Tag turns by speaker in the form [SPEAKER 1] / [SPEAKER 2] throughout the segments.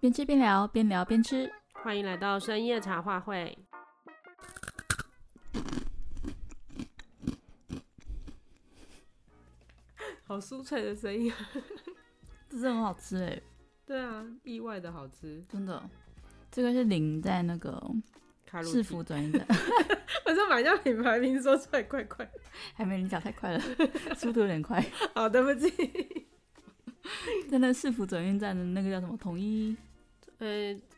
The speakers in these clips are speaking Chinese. [SPEAKER 1] 边吃边聊，边聊边吃。
[SPEAKER 2] 欢迎来到深夜茶话会。 好酥脆的声音，
[SPEAKER 1] 这真的很好吃哎、
[SPEAKER 2] 对啊，意外的好吃。
[SPEAKER 1] 真的。这个是淋在那个
[SPEAKER 2] 卡路
[SPEAKER 1] 市
[SPEAKER 2] 里，
[SPEAKER 1] 府转 运站，
[SPEAKER 2] 我这买叫品牌名说出来，快快！
[SPEAKER 1] 还没你讲太快了， 速度有点快。
[SPEAKER 2] 好，对不起。
[SPEAKER 1] 在那个市府转运站的那个叫什么统一
[SPEAKER 2] 呃，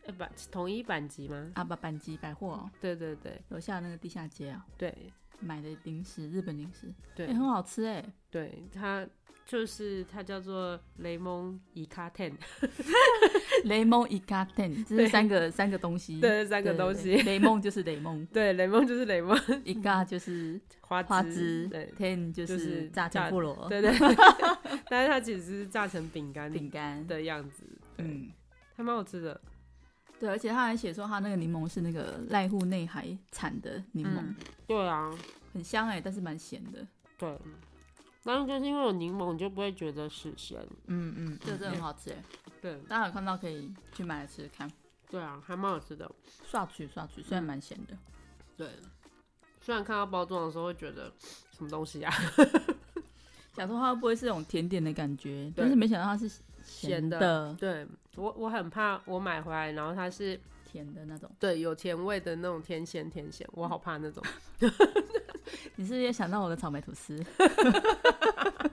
[SPEAKER 2] 呃版统一版级吗？
[SPEAKER 1] 阿巴板吉百货哦
[SPEAKER 2] 对对对
[SPEAKER 1] 楼下那个地下街啊，
[SPEAKER 2] 对
[SPEAKER 1] 买的零食，日本零食，
[SPEAKER 2] 对、
[SPEAKER 1] 哎、很好吃哎、
[SPEAKER 2] 对，它就是它叫做雷蒙伊卡 ten
[SPEAKER 1] 雷蒙伊卡ten，这
[SPEAKER 2] 对
[SPEAKER 1] 是三个三个东西，
[SPEAKER 2] 对这三个东
[SPEAKER 1] 对
[SPEAKER 2] 西。，
[SPEAKER 1] 对雷蒙就是雷蒙
[SPEAKER 2] 对，雷蒙就是雷蒙
[SPEAKER 1] 伊卡就是
[SPEAKER 2] 花
[SPEAKER 1] 花枝
[SPEAKER 2] 对
[SPEAKER 1] ，ten 就
[SPEAKER 2] 就是
[SPEAKER 1] 是炸
[SPEAKER 2] 炸
[SPEAKER 1] 酱菠萝
[SPEAKER 2] 对对， 但是它其实是炸成哦饼干
[SPEAKER 1] 饼干，
[SPEAKER 2] 的样子，
[SPEAKER 1] 嗯，
[SPEAKER 2] 还蛮好吃的。
[SPEAKER 1] 对，而且他还写说他那个柠檬是那个濑户内海产的柠檬，
[SPEAKER 2] 嗯对啊，
[SPEAKER 1] 很香哎、但是蛮咸的，
[SPEAKER 2] 对。但是就是因为有柠檬，你就不会觉得是咸。
[SPEAKER 1] 嗯嗯，这真的很好吃哎、
[SPEAKER 2] 对
[SPEAKER 1] 大家有看到可以去买来吃吃看，
[SPEAKER 2] 对啊，还蛮好吃的。
[SPEAKER 1] 刷取刷取，
[SPEAKER 2] 嗯
[SPEAKER 1] 虽然蛮咸的，
[SPEAKER 2] 对，虽然看到包装的时候会觉得什么东西啊，
[SPEAKER 1] 想说它会不会是那种甜点的感觉，但是没想到它是咸
[SPEAKER 2] 咸的
[SPEAKER 1] 的
[SPEAKER 2] 对我我很怕我买回来，然后它是
[SPEAKER 1] 甜的那种。
[SPEAKER 2] 对有甜味的那种甜咸甜咸，我好怕那种。
[SPEAKER 1] 你是不是也想到我的草莓吐司？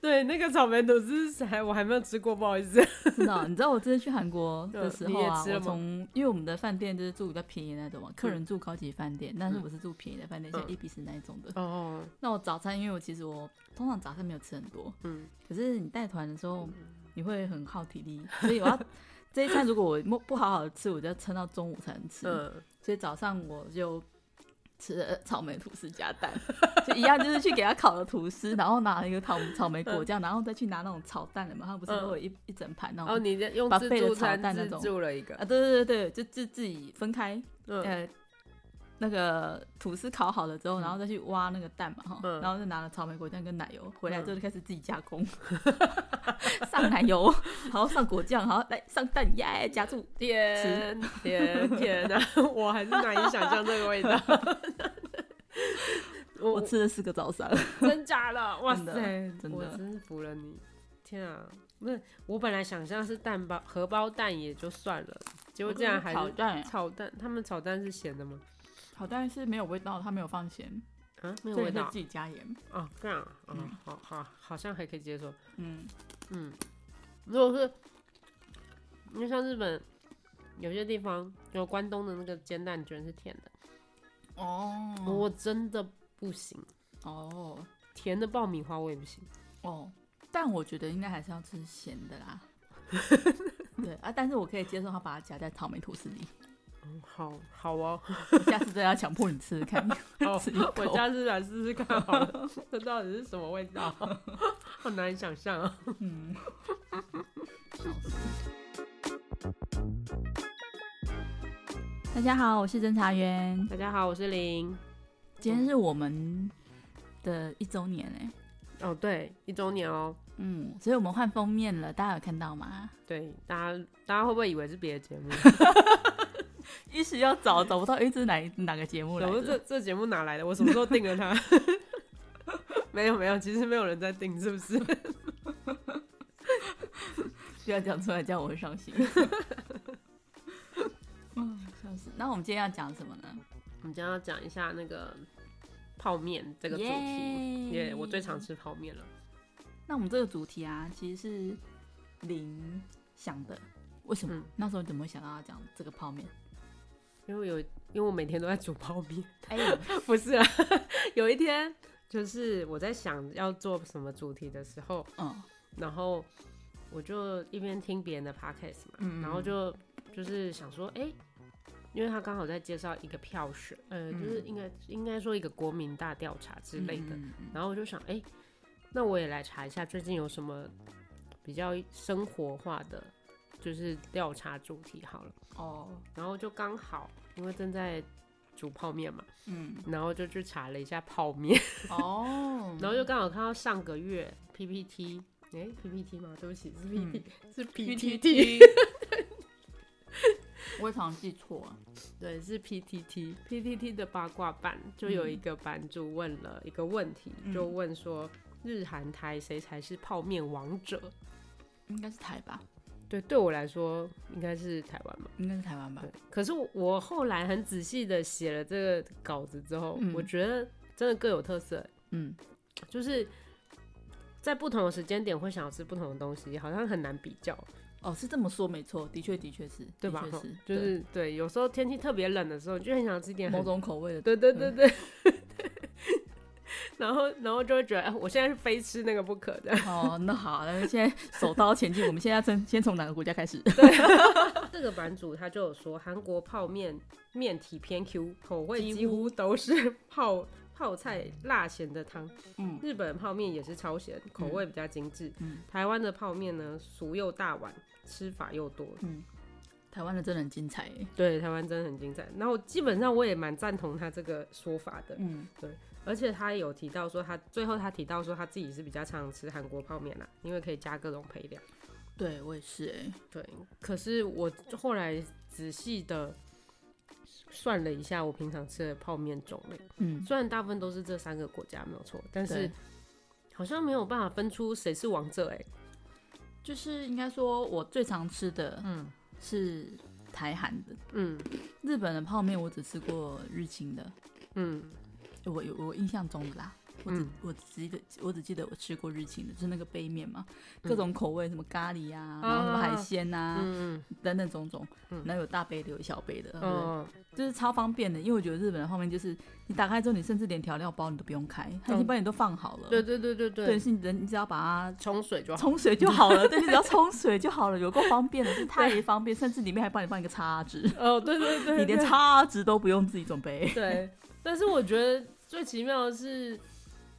[SPEAKER 2] 对，那个草莓吐司还我还没有吃过，不好意思。
[SPEAKER 1] 知道，你知道我之前去韩国的时候啊，
[SPEAKER 2] 嗯你也吃了
[SPEAKER 1] 我
[SPEAKER 2] 吗
[SPEAKER 1] 从因为我们的饭店就是住比较便宜的那种嘛，客人住高级饭店，但是我是住便宜的饭店，像
[SPEAKER 2] 嗯
[SPEAKER 1] 一比十那一种的。
[SPEAKER 2] 哦，
[SPEAKER 1] 那我早餐，因为我其实我通常早餐没有吃很多，
[SPEAKER 2] 嗯，
[SPEAKER 1] 可是你带团的时候你会很耗体力，所以我要这一餐如果我不不好好吃，我就要撑到中午才能吃。
[SPEAKER 2] 嗯，
[SPEAKER 1] 所以早上我就吃了草莓吐司加蛋， 就一样，就是去给他烤了吐司，然后拿了一个草草莓果酱，然后再去拿那种炒蛋的嘛，他们不是
[SPEAKER 2] 嗯
[SPEAKER 1] 都会有一一整盘那种。
[SPEAKER 2] 哦，你这用
[SPEAKER 1] 把
[SPEAKER 2] 自
[SPEAKER 1] 贝的
[SPEAKER 2] 助
[SPEAKER 1] 炒
[SPEAKER 2] 餐
[SPEAKER 1] 蛋那
[SPEAKER 2] 自
[SPEAKER 1] 种
[SPEAKER 2] 助了一个，
[SPEAKER 1] 啊，对对对对，就自自己分开，
[SPEAKER 2] 嗯
[SPEAKER 1] 呃，那个吐司烤好了之后，然后再去挖那个蛋嘛，哈、
[SPEAKER 2] 嗯
[SPEAKER 1] 然后就拿了草莓果酱跟奶油，回来
[SPEAKER 2] 嗯
[SPEAKER 1] 之后就开始自己加工， 上奶油，然后上果酱，然后来上蛋，耶，夹住，
[SPEAKER 2] 天天天啊！ 我还是难以想象这个味道。 我
[SPEAKER 1] 我吃了四个早上，
[SPEAKER 2] 真假了，哇
[SPEAKER 1] 真的
[SPEAKER 2] 塞，
[SPEAKER 1] 真的
[SPEAKER 2] 我真是服了你！天啊，不是我本来想象是蛋包荷包蛋也就算了，结果竟然还
[SPEAKER 1] 炒
[SPEAKER 2] 是
[SPEAKER 1] 蛋，
[SPEAKER 2] 炒蛋。他们炒蛋是咸的吗？
[SPEAKER 1] 炒蛋是没有味道，它没有放咸，
[SPEAKER 2] 啊，没有
[SPEAKER 1] 所以
[SPEAKER 2] 味
[SPEAKER 1] 你会
[SPEAKER 2] 道
[SPEAKER 1] 自己加盐，
[SPEAKER 2] 啊，这样啊，啊
[SPEAKER 1] 嗯
[SPEAKER 2] 好好好像还可以接受。
[SPEAKER 1] 嗯，
[SPEAKER 2] 嗯，如果是因为像日本有些地方，有关东的那个煎蛋卷是甜的，
[SPEAKER 1] 哦，
[SPEAKER 2] 我真的不行，
[SPEAKER 1] 哦，
[SPEAKER 2] 甜的爆米花我也不行。
[SPEAKER 1] 哦，但我觉得应该还是要吃咸的 啦。对啊，但是我可以接受他把它夹在草莓吐司里。
[SPEAKER 2] 嗯，好好 哦，
[SPEAKER 1] 我下次再要强迫你吃吃看，
[SPEAKER 2] 好
[SPEAKER 1] 吃一口
[SPEAKER 2] 我下次来试试看好 了，这到底是什么味道？ 好难以想象啊！
[SPEAKER 1] 嗯，大家好，我是侦查员，
[SPEAKER 2] 大家好，我是林。
[SPEAKER 1] 今天是我们的一周年哎，
[SPEAKER 2] 哦，对，一周年哦，
[SPEAKER 1] 嗯，所以我们换封面了，大家有看到吗？
[SPEAKER 2] 对，大家大家会不会以为是别的节目？
[SPEAKER 1] 一时要找找不到，诶，这是哪一哪个节目来
[SPEAKER 2] 我说这
[SPEAKER 1] 的？
[SPEAKER 2] 这节目哪来的？我什么时候定了 它？没有没有，其实没有人在定，是不 是？
[SPEAKER 1] 不要讲出来，这样我会伤 心。嗯，笑死。那我们今天要讲什么呢？
[SPEAKER 2] 我们今天要讲一下那个泡面这个主题，耶我最常。吃泡面了。
[SPEAKER 1] 那我们这个主题啊，其实是林想的。为什么、
[SPEAKER 2] 嗯
[SPEAKER 1] 那时候怎么会想到要讲这个泡面？
[SPEAKER 2] 因为有，因为我每天都在煮泡面，
[SPEAKER 1] 哎、
[SPEAKER 2] 不是啊。有一天，就是我在想要做什么主题的时候，
[SPEAKER 1] 嗯，
[SPEAKER 2] 然后我就一边听别人的 podcast 嘛，
[SPEAKER 1] 嗯
[SPEAKER 2] 然后就就是想说，哎、因为他刚好在介绍一个票选，呃，
[SPEAKER 1] 嗯
[SPEAKER 2] 就是应该应该说一个国民大调查之类的，
[SPEAKER 1] 嗯嗯
[SPEAKER 2] 然后我就想，哎、那我也来查一下最近有什么比较生活化的，就是调查主题好了，
[SPEAKER 1] 哦，
[SPEAKER 2] 然后就刚好因为正在煮泡面嘛，
[SPEAKER 1] 嗯，
[SPEAKER 2] 然后就去查了一下泡面，
[SPEAKER 1] 哦，
[SPEAKER 2] 然后就刚好看到上个月 PPT 哎、PPT 吗？对不起，是
[SPEAKER 1] 嗯
[SPEAKER 2] PPT，、是 PTT，
[SPEAKER 1] PTT，我也常记错啊。
[SPEAKER 2] 对，是 PTT。PTT 的八卦版就有一个版主问了一个问题，
[SPEAKER 1] 嗯
[SPEAKER 2] 就问说日韩台谁才是泡面王者？
[SPEAKER 1] 应该是台吧，
[SPEAKER 2] 对，对我来说应该是台湾嘛。
[SPEAKER 1] 应该是台湾吧
[SPEAKER 2] 对。，可是我我后来很仔细的写了这个稿子之后，
[SPEAKER 1] 嗯
[SPEAKER 2] 我觉得真的各有特色、
[SPEAKER 1] 嗯，
[SPEAKER 2] 就是在不同的时间点会想要吃不同的东西，好像很难比较，
[SPEAKER 1] 哦，是这么说没错，的确的确是，
[SPEAKER 2] 对
[SPEAKER 1] 的
[SPEAKER 2] 吧哦
[SPEAKER 1] 确？是，
[SPEAKER 2] 就
[SPEAKER 1] 对
[SPEAKER 2] 是对，有时候天气特别冷的时候，你就很想吃一点
[SPEAKER 1] 某
[SPEAKER 2] 很，
[SPEAKER 1] 种口味的。
[SPEAKER 2] 对对对对。 然后，然后就会觉得，哎，我现在是非吃那个不可的。
[SPEAKER 1] 哦，那好，那现在手刀前进，我们现在先先从哪个国家开始？
[SPEAKER 2] 哦这个版主他就有说，韩国泡面面体偏 Q，口味
[SPEAKER 1] 几
[SPEAKER 2] 几乎都是泡泡菜辣咸的汤。
[SPEAKER 1] 嗯
[SPEAKER 2] 日本泡面也是超咸，口味比较精致。
[SPEAKER 1] 嗯
[SPEAKER 2] 台湾的泡面呢，俗又大碗，吃法又多，
[SPEAKER 1] 嗯，台湾的真的很精彩耶。
[SPEAKER 2] 对，台湾真的很精彩。然后基本上我也蛮赞同他这个说法的，
[SPEAKER 1] 嗯
[SPEAKER 2] 而且他有提到说他最后他提到说他自己是比较常吃韩国泡面啦，因为可以加各种配料。
[SPEAKER 1] 对我也是哎，
[SPEAKER 2] 对，可是我后来仔细的算了一下，我平常吃的泡面种类，
[SPEAKER 1] 嗯，
[SPEAKER 2] 虽然大部分都是这三个国家没有错，但是
[SPEAKER 1] 对，
[SPEAKER 2] 好像没有办法分出谁是王者哎、
[SPEAKER 1] 就是应该说我最常吃的，嗯，是台韩的，
[SPEAKER 2] 嗯
[SPEAKER 1] 日本的泡面我只吃过日清的，
[SPEAKER 2] 嗯
[SPEAKER 1] 我有我印象中的啦。我只、
[SPEAKER 2] 嗯
[SPEAKER 1] 我只记得我只记得我吃过日清的，就是那个杯面嘛，
[SPEAKER 2] 嗯
[SPEAKER 1] 各种口味，什么咖喱啊，然后什么海鲜啊，
[SPEAKER 2] 嗯
[SPEAKER 1] 等等种种
[SPEAKER 2] 嗯，
[SPEAKER 1] 然后有大杯的，有小杯的，对
[SPEAKER 2] 嗯
[SPEAKER 1] 不对
[SPEAKER 2] 哦，
[SPEAKER 1] 就是超方便的。因为我觉得日本的泡面就是你打开之后，你甚至连调料包你都不用开，它已经帮你都放好了。
[SPEAKER 2] 哦呃对对对对对，
[SPEAKER 1] 对，是你人你只要把它
[SPEAKER 2] 冲水就好。
[SPEAKER 1] 冲水就好了，对，你只要冲水就好了，有够方便的，是太方便，甚至里面还帮你放一个叉子，
[SPEAKER 2] 哦，对对 对，
[SPEAKER 1] 你连
[SPEAKER 2] 对
[SPEAKER 1] 叉子都不用自己准 备。
[SPEAKER 2] 对，但是我觉得最奇妙的是，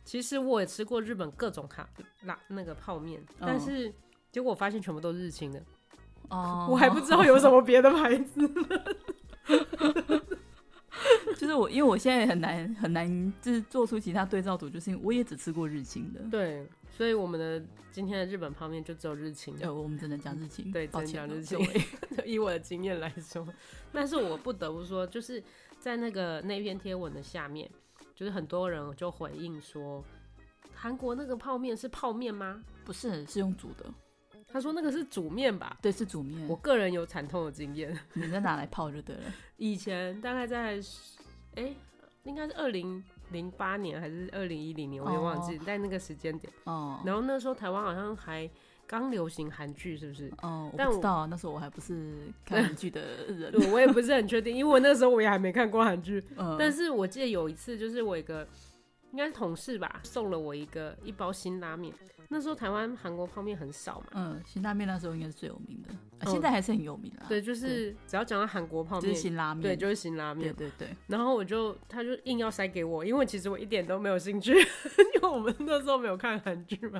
[SPEAKER 2] 其实我也吃过日本各种咖辣那个泡面，
[SPEAKER 1] 嗯
[SPEAKER 2] 但是结果我发现全部都是日清的，
[SPEAKER 1] 哦，
[SPEAKER 2] 我还不知道有什么别的牌子。
[SPEAKER 1] 就是我，因为我现在也很难很难，就是做出其他对照组，就是因为我也只吃过日清的。
[SPEAKER 2] 对，所以我们的今天的日本泡面就只有日清。
[SPEAKER 1] 呃，我们只能讲日清，
[SPEAKER 2] 对
[SPEAKER 1] 抱
[SPEAKER 2] 只
[SPEAKER 1] 歉
[SPEAKER 2] 能讲
[SPEAKER 1] 了
[SPEAKER 2] 日清
[SPEAKER 1] 各位
[SPEAKER 2] 以我的经验来说，但是我不得不说，就是在那个那篇贴文的下面，就是很多人就回应说，韩国那个泡面是泡面吗？
[SPEAKER 1] 不是是用煮的，
[SPEAKER 2] 他说那个是煮面吧。
[SPEAKER 1] 对，是煮面
[SPEAKER 2] 我，个人有惨痛的经验，
[SPEAKER 1] 你再拿来泡就对了。
[SPEAKER 2] 以前大概在十，哎、应该是二零零八年还是二零一零年，我有点忘记，在那个时间点。
[SPEAKER 1] 哦
[SPEAKER 2] 然后那时候台湾好像还刚流行韩剧，是不是？
[SPEAKER 1] 哦，我
[SPEAKER 2] 但
[SPEAKER 1] 不
[SPEAKER 2] 我
[SPEAKER 1] 知道啊，那时候我还不是看韩剧的人，
[SPEAKER 2] 对，我也不是很确定，因为我那时候我也还没看过韩剧。
[SPEAKER 1] 嗯，
[SPEAKER 2] 但是我记得有一次，就是我一个应该是同事吧，送了我一个一包辛拉面。那时候台湾韩国泡面很少嘛，
[SPEAKER 1] 嗯，辛拉面那时候应该是最有名的，啊
[SPEAKER 2] 嗯
[SPEAKER 1] 现在还是很有名啦。
[SPEAKER 2] 对，就是只要讲到韩国泡
[SPEAKER 1] 就是
[SPEAKER 2] 面，
[SPEAKER 1] 辛拉面，
[SPEAKER 2] 对，就是辛拉面
[SPEAKER 1] 对。对对，
[SPEAKER 2] 然后我就，他就硬要塞给我，因为其实我一点都没有兴趣， 因为我们那时候没有看韩剧嘛。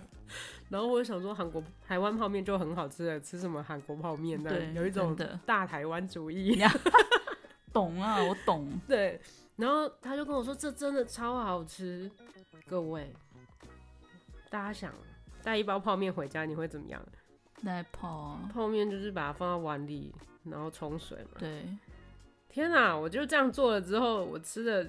[SPEAKER 2] 然后我就想说，韩国台湾泡面就很好吃了，吃什么韩国泡面呢
[SPEAKER 1] 对？
[SPEAKER 2] 有一种
[SPEAKER 1] 真的
[SPEAKER 2] 大台湾主义。
[SPEAKER 1] 懂啊，我懂。
[SPEAKER 2] 对，然后他就跟我说，这真的超好吃。各位，大家想带一包泡面回家，你会怎么样？
[SPEAKER 1] 在泡啊，
[SPEAKER 2] 泡面就是把它放在碗里，然后冲水嘛。
[SPEAKER 1] 对，
[SPEAKER 2] 天哪、我就这样做了之后，我吃的，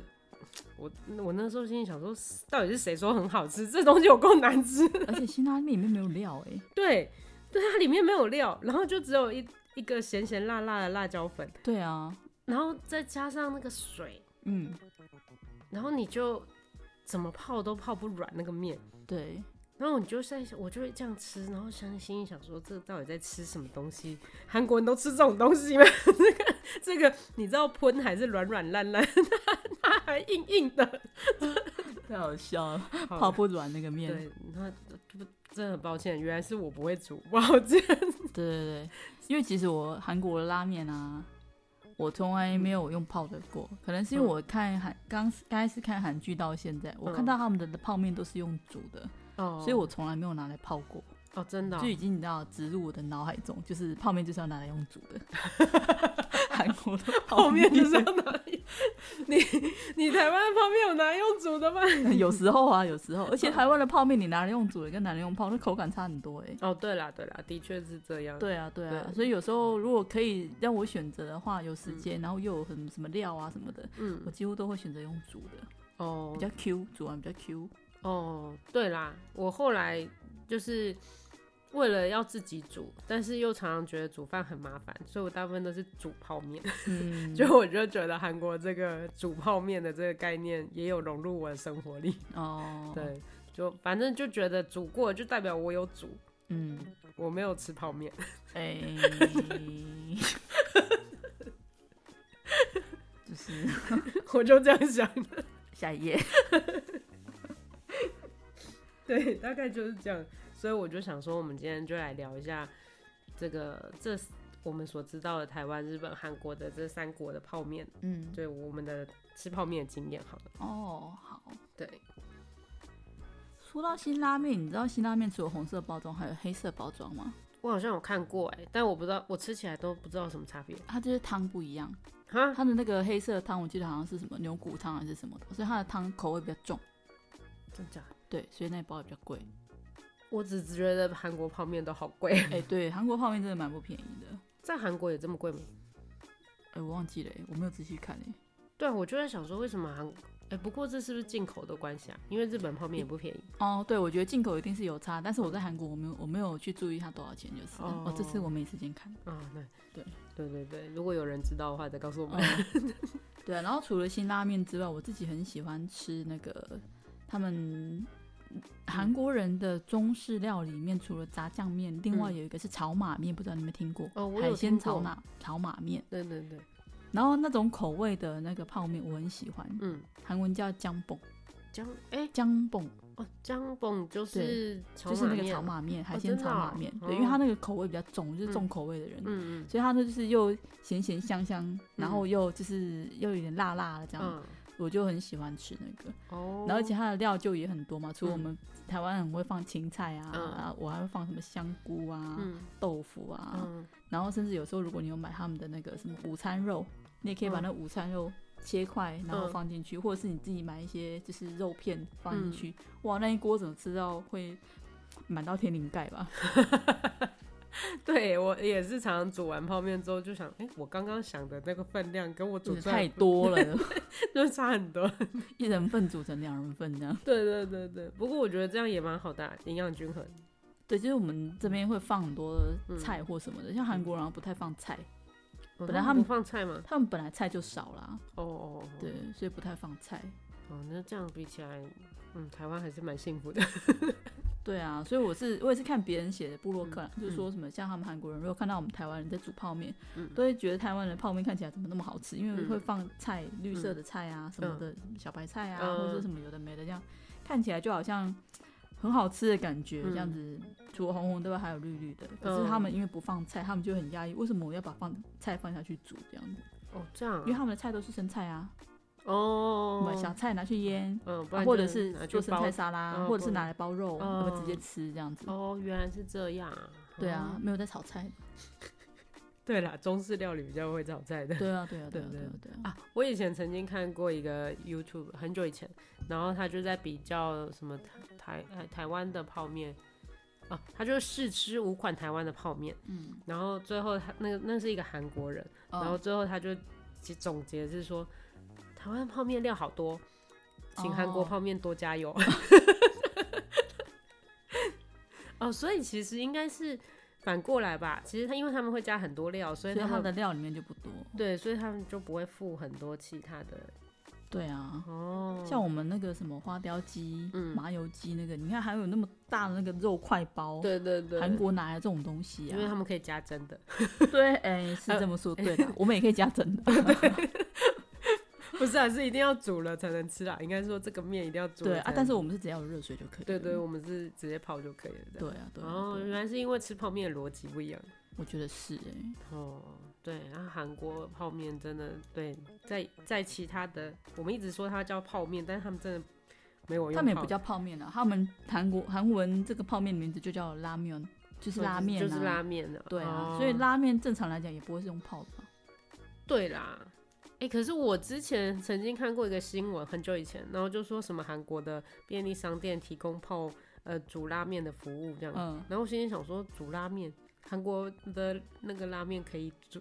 [SPEAKER 2] 我我那时候心里想说，到底是谁说很好吃？这东西有够难吃。
[SPEAKER 1] 而且辛拉面里面没有料哎、
[SPEAKER 2] 对，对，它里面没有料，然后就只有一一个咸咸辣辣的辣椒粉，
[SPEAKER 1] 对啊，
[SPEAKER 2] 然后再加上那个水，
[SPEAKER 1] 嗯，
[SPEAKER 2] 然后你就怎么泡都泡不软那个面。
[SPEAKER 1] 对，
[SPEAKER 2] 然后你就在，我就会这样吃，然后想心里想说，这到底在吃什么东西？韩国人都吃这种东西吗？ 这个这个，你知道喷还是软软烂烂， 它它还硬硬的，
[SPEAKER 1] 太好笑了，
[SPEAKER 2] 好
[SPEAKER 1] 泡不软那个面，
[SPEAKER 2] 对，那不真的很抱歉，原来是我不会煮，不好吃。
[SPEAKER 1] 对对对，因为其实我韩国的拉面啊，我从来没有用泡的过，可能是因为
[SPEAKER 2] 嗯
[SPEAKER 1] 我看韩刚刚开始看韩剧到现在，我看到他们的泡面都是用煮的，
[SPEAKER 2] 哦
[SPEAKER 1] 所以我从来没有拿来泡过。
[SPEAKER 2] 哦，真的哦、
[SPEAKER 1] 就已经你知道植入我的脑海中，就是泡面就是要拿来用煮 的，韩国的
[SPEAKER 2] 泡哦面就是要拿来， 你你台湾的泡面有拿来用煮的吗？
[SPEAKER 1] 有时候啊，有时候，
[SPEAKER 2] 嗯
[SPEAKER 1] 而且台湾的泡面你拿来用煮的跟拿来用泡，那口感差很多哎、
[SPEAKER 2] 哦，对啦对啦，的确是这样。
[SPEAKER 1] 对啊，对啊，
[SPEAKER 2] 嗯对
[SPEAKER 1] 所以有时候如果可以让我选择的话，有时间，然后又有很什么料啊什么的，
[SPEAKER 2] 嗯
[SPEAKER 1] 我几乎都会选择用煮的，
[SPEAKER 2] 哦
[SPEAKER 1] 比较 Q，煮完比较 Q。
[SPEAKER 2] 哦，对啦，我后来就是为了要自己煮，但是又常常觉得煮饭很麻烦，所以我大部分都是煮泡面。
[SPEAKER 1] 嗯，
[SPEAKER 2] 就我就觉得韩国这个煮泡面的这个概念也有融入我的生活里。
[SPEAKER 1] 哦，，
[SPEAKER 2] 对，就反正就觉得煮过就代表我有煮，
[SPEAKER 1] 嗯，
[SPEAKER 2] 我没有吃泡面。
[SPEAKER 1] 哎、就是
[SPEAKER 2] 我就这样想的。
[SPEAKER 1] 下一页，
[SPEAKER 2] 对，大概就是这样。所以我就想说，我们今天就来聊一下这个这我们所知道的台湾、日本、韩国的这三国的泡面，
[SPEAKER 1] 嗯，
[SPEAKER 2] 对我们的吃泡面的经验好了。
[SPEAKER 1] 哦，好。
[SPEAKER 2] 对，
[SPEAKER 1] 说到辛拉面，你知道辛拉面除了红色包装，还有黑色包装吗？
[SPEAKER 2] 我好像有看过哎、但我不知道，我吃起来都不知道什么差别
[SPEAKER 1] 它就是汤不一样，
[SPEAKER 2] 哈。
[SPEAKER 1] 它的那个黑色汤，我记得好像是什么牛骨汤还是什么的，所以它的汤口味比较重，
[SPEAKER 2] 真假？
[SPEAKER 1] 对，所以那包也比较 贵。
[SPEAKER 2] 我只觉得韩国泡面都好贵，
[SPEAKER 1] 哎、对，韩国泡面真的蛮不便宜的。
[SPEAKER 2] 在韩国也这么贵吗？
[SPEAKER 1] 哎、我忘记了、我没有仔细看哎、
[SPEAKER 2] 对啊，我就在想说，为什么韩哎、不过这是不是进口的关系啊？因为日本泡面也不便宜。
[SPEAKER 1] 哦，对，我觉得进口一定是有差，但是我在韩国我没有我没有去注意它多少钱，就是了
[SPEAKER 2] 哦
[SPEAKER 1] 哦，这次我没时间看。
[SPEAKER 2] 啊，那
[SPEAKER 1] 对
[SPEAKER 2] 对对对，如果有人知道的话，再告诉我
[SPEAKER 1] 哦
[SPEAKER 2] 们。、
[SPEAKER 1] 对啊，然后除了辛拉面之外，我自己很喜欢吃那个他们韩国人的中式料理里面，除了炸酱面，另外
[SPEAKER 2] 嗯
[SPEAKER 1] 有一个是炒马面，不知道你们听过？
[SPEAKER 2] 哦，我有
[SPEAKER 1] 海鲜
[SPEAKER 2] 听
[SPEAKER 1] 炒
[SPEAKER 2] 过
[SPEAKER 1] 马炒马面，
[SPEAKER 2] 对对对，
[SPEAKER 1] 然后那种口味的那个泡面我很喜欢，
[SPEAKER 2] 嗯，
[SPEAKER 1] 韩文叫姜蹦
[SPEAKER 2] 姜哎、
[SPEAKER 1] 姜蹦，
[SPEAKER 2] 哦，姜蹦就是炒
[SPEAKER 1] 就是那
[SPEAKER 2] 马
[SPEAKER 1] 个
[SPEAKER 2] 面
[SPEAKER 1] 炒
[SPEAKER 2] 啊，
[SPEAKER 1] 马面，海
[SPEAKER 2] 哦
[SPEAKER 1] 鲜
[SPEAKER 2] 真的
[SPEAKER 1] 炒马
[SPEAKER 2] 哦
[SPEAKER 1] 面，
[SPEAKER 2] 哦
[SPEAKER 1] 对，因为它那个口味比较重，就是
[SPEAKER 2] 嗯
[SPEAKER 1] 重口味的人，
[SPEAKER 2] 嗯嗯
[SPEAKER 1] 所以它呢就是又咸咸香香，然后又就是又有点辣辣的这样，
[SPEAKER 2] 嗯，
[SPEAKER 1] 我就很喜欢吃那个。
[SPEAKER 2] 哦，
[SPEAKER 1] 然后而且它的料就也很多嘛，除了我
[SPEAKER 2] 嗯
[SPEAKER 1] 们台湾很会放芹菜啊，
[SPEAKER 2] 嗯
[SPEAKER 1] 啊我还会放什么香菇啊、
[SPEAKER 2] 嗯
[SPEAKER 1] 豆腐啊，
[SPEAKER 2] 嗯
[SPEAKER 1] 然后甚至有时候如果你有买他们的那个什么午餐肉，你也可以把
[SPEAKER 2] 嗯
[SPEAKER 1] 那午餐肉切块，然后
[SPEAKER 2] 嗯
[SPEAKER 1] 放进去，或者是你自己买一些就是肉片放进去，哇，那一锅怎么吃到会满到天灵盖吧？
[SPEAKER 2] 对我也是常常煮完泡面之后就想，哎、我刚刚想的那个分量跟我煮
[SPEAKER 1] 就是
[SPEAKER 2] 出来
[SPEAKER 1] 太多了，
[SPEAKER 2] 就差很多。
[SPEAKER 1] 一人份煮成两人份这样。
[SPEAKER 2] 对对对对，不过我觉得这样也蛮好的啊，营养均衡。
[SPEAKER 1] 对，就是我们这边会放很多
[SPEAKER 2] 嗯
[SPEAKER 1] 菜或什么的，像韩国人好像不太放菜，
[SPEAKER 2] 本
[SPEAKER 1] 来他们
[SPEAKER 2] 哦放菜嘛，
[SPEAKER 1] 他们本来菜就少啦，
[SPEAKER 2] 哦哦，哦，
[SPEAKER 1] 对，所以不太放菜。
[SPEAKER 2] 哦，那这样比起来，嗯，台湾还是蛮幸福的。
[SPEAKER 1] 对啊，所以我是我也是看别人写的部落客啦，
[SPEAKER 2] 嗯
[SPEAKER 1] 就是说什么像他们韩国人，如果看到我们台湾人在煮泡面，
[SPEAKER 2] 嗯
[SPEAKER 1] 都会觉得台湾的泡面看起来怎么那么好吃，因为
[SPEAKER 2] 嗯
[SPEAKER 1] 会放菜、绿色的菜啊，什么的小白菜啊，
[SPEAKER 2] 嗯
[SPEAKER 1] 或者什么有的没的，这样看起来就好像很好吃的感觉，
[SPEAKER 2] 嗯
[SPEAKER 1] 这样子除了红红的外还有绿绿的。可是他们因为不放菜，他们就很压抑，为什么我要把放菜放下去煮这样子？
[SPEAKER 2] 哦，这样啊、
[SPEAKER 1] 因为他们的菜都是生菜啊，
[SPEAKER 2] 哦，
[SPEAKER 1] 把小菜拿去腌。
[SPEAKER 2] 嗯，不
[SPEAKER 1] 啊
[SPEAKER 2] 然
[SPEAKER 1] 或
[SPEAKER 2] 就
[SPEAKER 1] 者是
[SPEAKER 2] 拿去
[SPEAKER 1] 做生
[SPEAKER 2] 包
[SPEAKER 1] 菜沙拉，
[SPEAKER 2] 嗯
[SPEAKER 1] 或者是
[SPEAKER 2] 或者
[SPEAKER 1] 拿来包肉，
[SPEAKER 2] 嗯
[SPEAKER 1] 我们直接吃这样子。
[SPEAKER 2] 哦，原来是这样啊。
[SPEAKER 1] 对啊
[SPEAKER 2] 哦，，
[SPEAKER 1] 没有在炒菜。
[SPEAKER 2] 对啦，中式料理比较会炒菜的。
[SPEAKER 1] 对啊，对啊，对
[SPEAKER 2] 对
[SPEAKER 1] 啊，对
[SPEAKER 2] 对
[SPEAKER 1] 啊，对啊。
[SPEAKER 2] 啊，我以前曾经看过一个 YouTube，很久以前，然后他就在比较什么台台呃台湾的泡面，啊，他就试吃五款台湾的泡面，
[SPEAKER 1] 嗯，
[SPEAKER 2] 然后最后他那个那是一个韩国人，然后
[SPEAKER 1] 哦
[SPEAKER 2] 最后他就其总结是说，台湾泡面料好多，请韩国
[SPEAKER 1] 哦
[SPEAKER 2] 泡面多加油。 哦，所以其实应该是反过来吧。其实他因为他们会加很多料，所
[SPEAKER 1] 所
[SPEAKER 2] 以
[SPEAKER 1] 以
[SPEAKER 2] 他
[SPEAKER 1] 它
[SPEAKER 2] 们
[SPEAKER 1] 的料里面就不多。
[SPEAKER 2] 对，所以他们就不会附很多其他的
[SPEAKER 1] 对啊，
[SPEAKER 2] 哦。
[SPEAKER 1] 像我们那个什么花雕鸡、
[SPEAKER 2] 嗯
[SPEAKER 1] 麻油鸡那个，你看还有那么大的那个肉块包，
[SPEAKER 2] 对对对，
[SPEAKER 1] 韩国哪来这种东西
[SPEAKER 2] 因为他呃
[SPEAKER 1] 啊？
[SPEAKER 2] 们可以加真的，
[SPEAKER 1] 对，哎，是这么说对的，我们也可以加真的。
[SPEAKER 2] 不是啊，是一定要煮了才能吃啊。应该说这个面一定要煮了
[SPEAKER 1] 对啊
[SPEAKER 2] 才，能
[SPEAKER 1] 但是
[SPEAKER 2] 吃
[SPEAKER 1] 我们是只要有热水就可以了。
[SPEAKER 2] 对对，我们是直接泡就可以了这样。
[SPEAKER 1] 对啊，对啊，
[SPEAKER 2] 哦，
[SPEAKER 1] 对
[SPEAKER 2] 原
[SPEAKER 1] 啊
[SPEAKER 2] 来是因为吃泡面的逻辑不一样。
[SPEAKER 1] 我觉得是哎，
[SPEAKER 2] 哦，对，然后韩国泡面真的对，在在其他的，我们一直说它叫泡面，但是他们真的，没有我用
[SPEAKER 1] 他们也
[SPEAKER 2] 泡
[SPEAKER 1] 不
[SPEAKER 2] 的
[SPEAKER 1] 叫泡面啊，他们韩国韩文这个泡面的名字就叫拉面，就是拉面、啊
[SPEAKER 2] 哦就是拉面的、
[SPEAKER 1] 对啊，
[SPEAKER 2] 哦
[SPEAKER 1] 所以拉面正常来讲也不会是用泡的吧。
[SPEAKER 2] 对啦。哎、可是我之前曾经看过一个新闻，很久以前，然后就说什么韩国的便利商店提供泡呃煮拉面的服务这样，
[SPEAKER 1] 嗯，
[SPEAKER 2] 然后我心里想说煮拉面，韩国的那个拉面可以煮，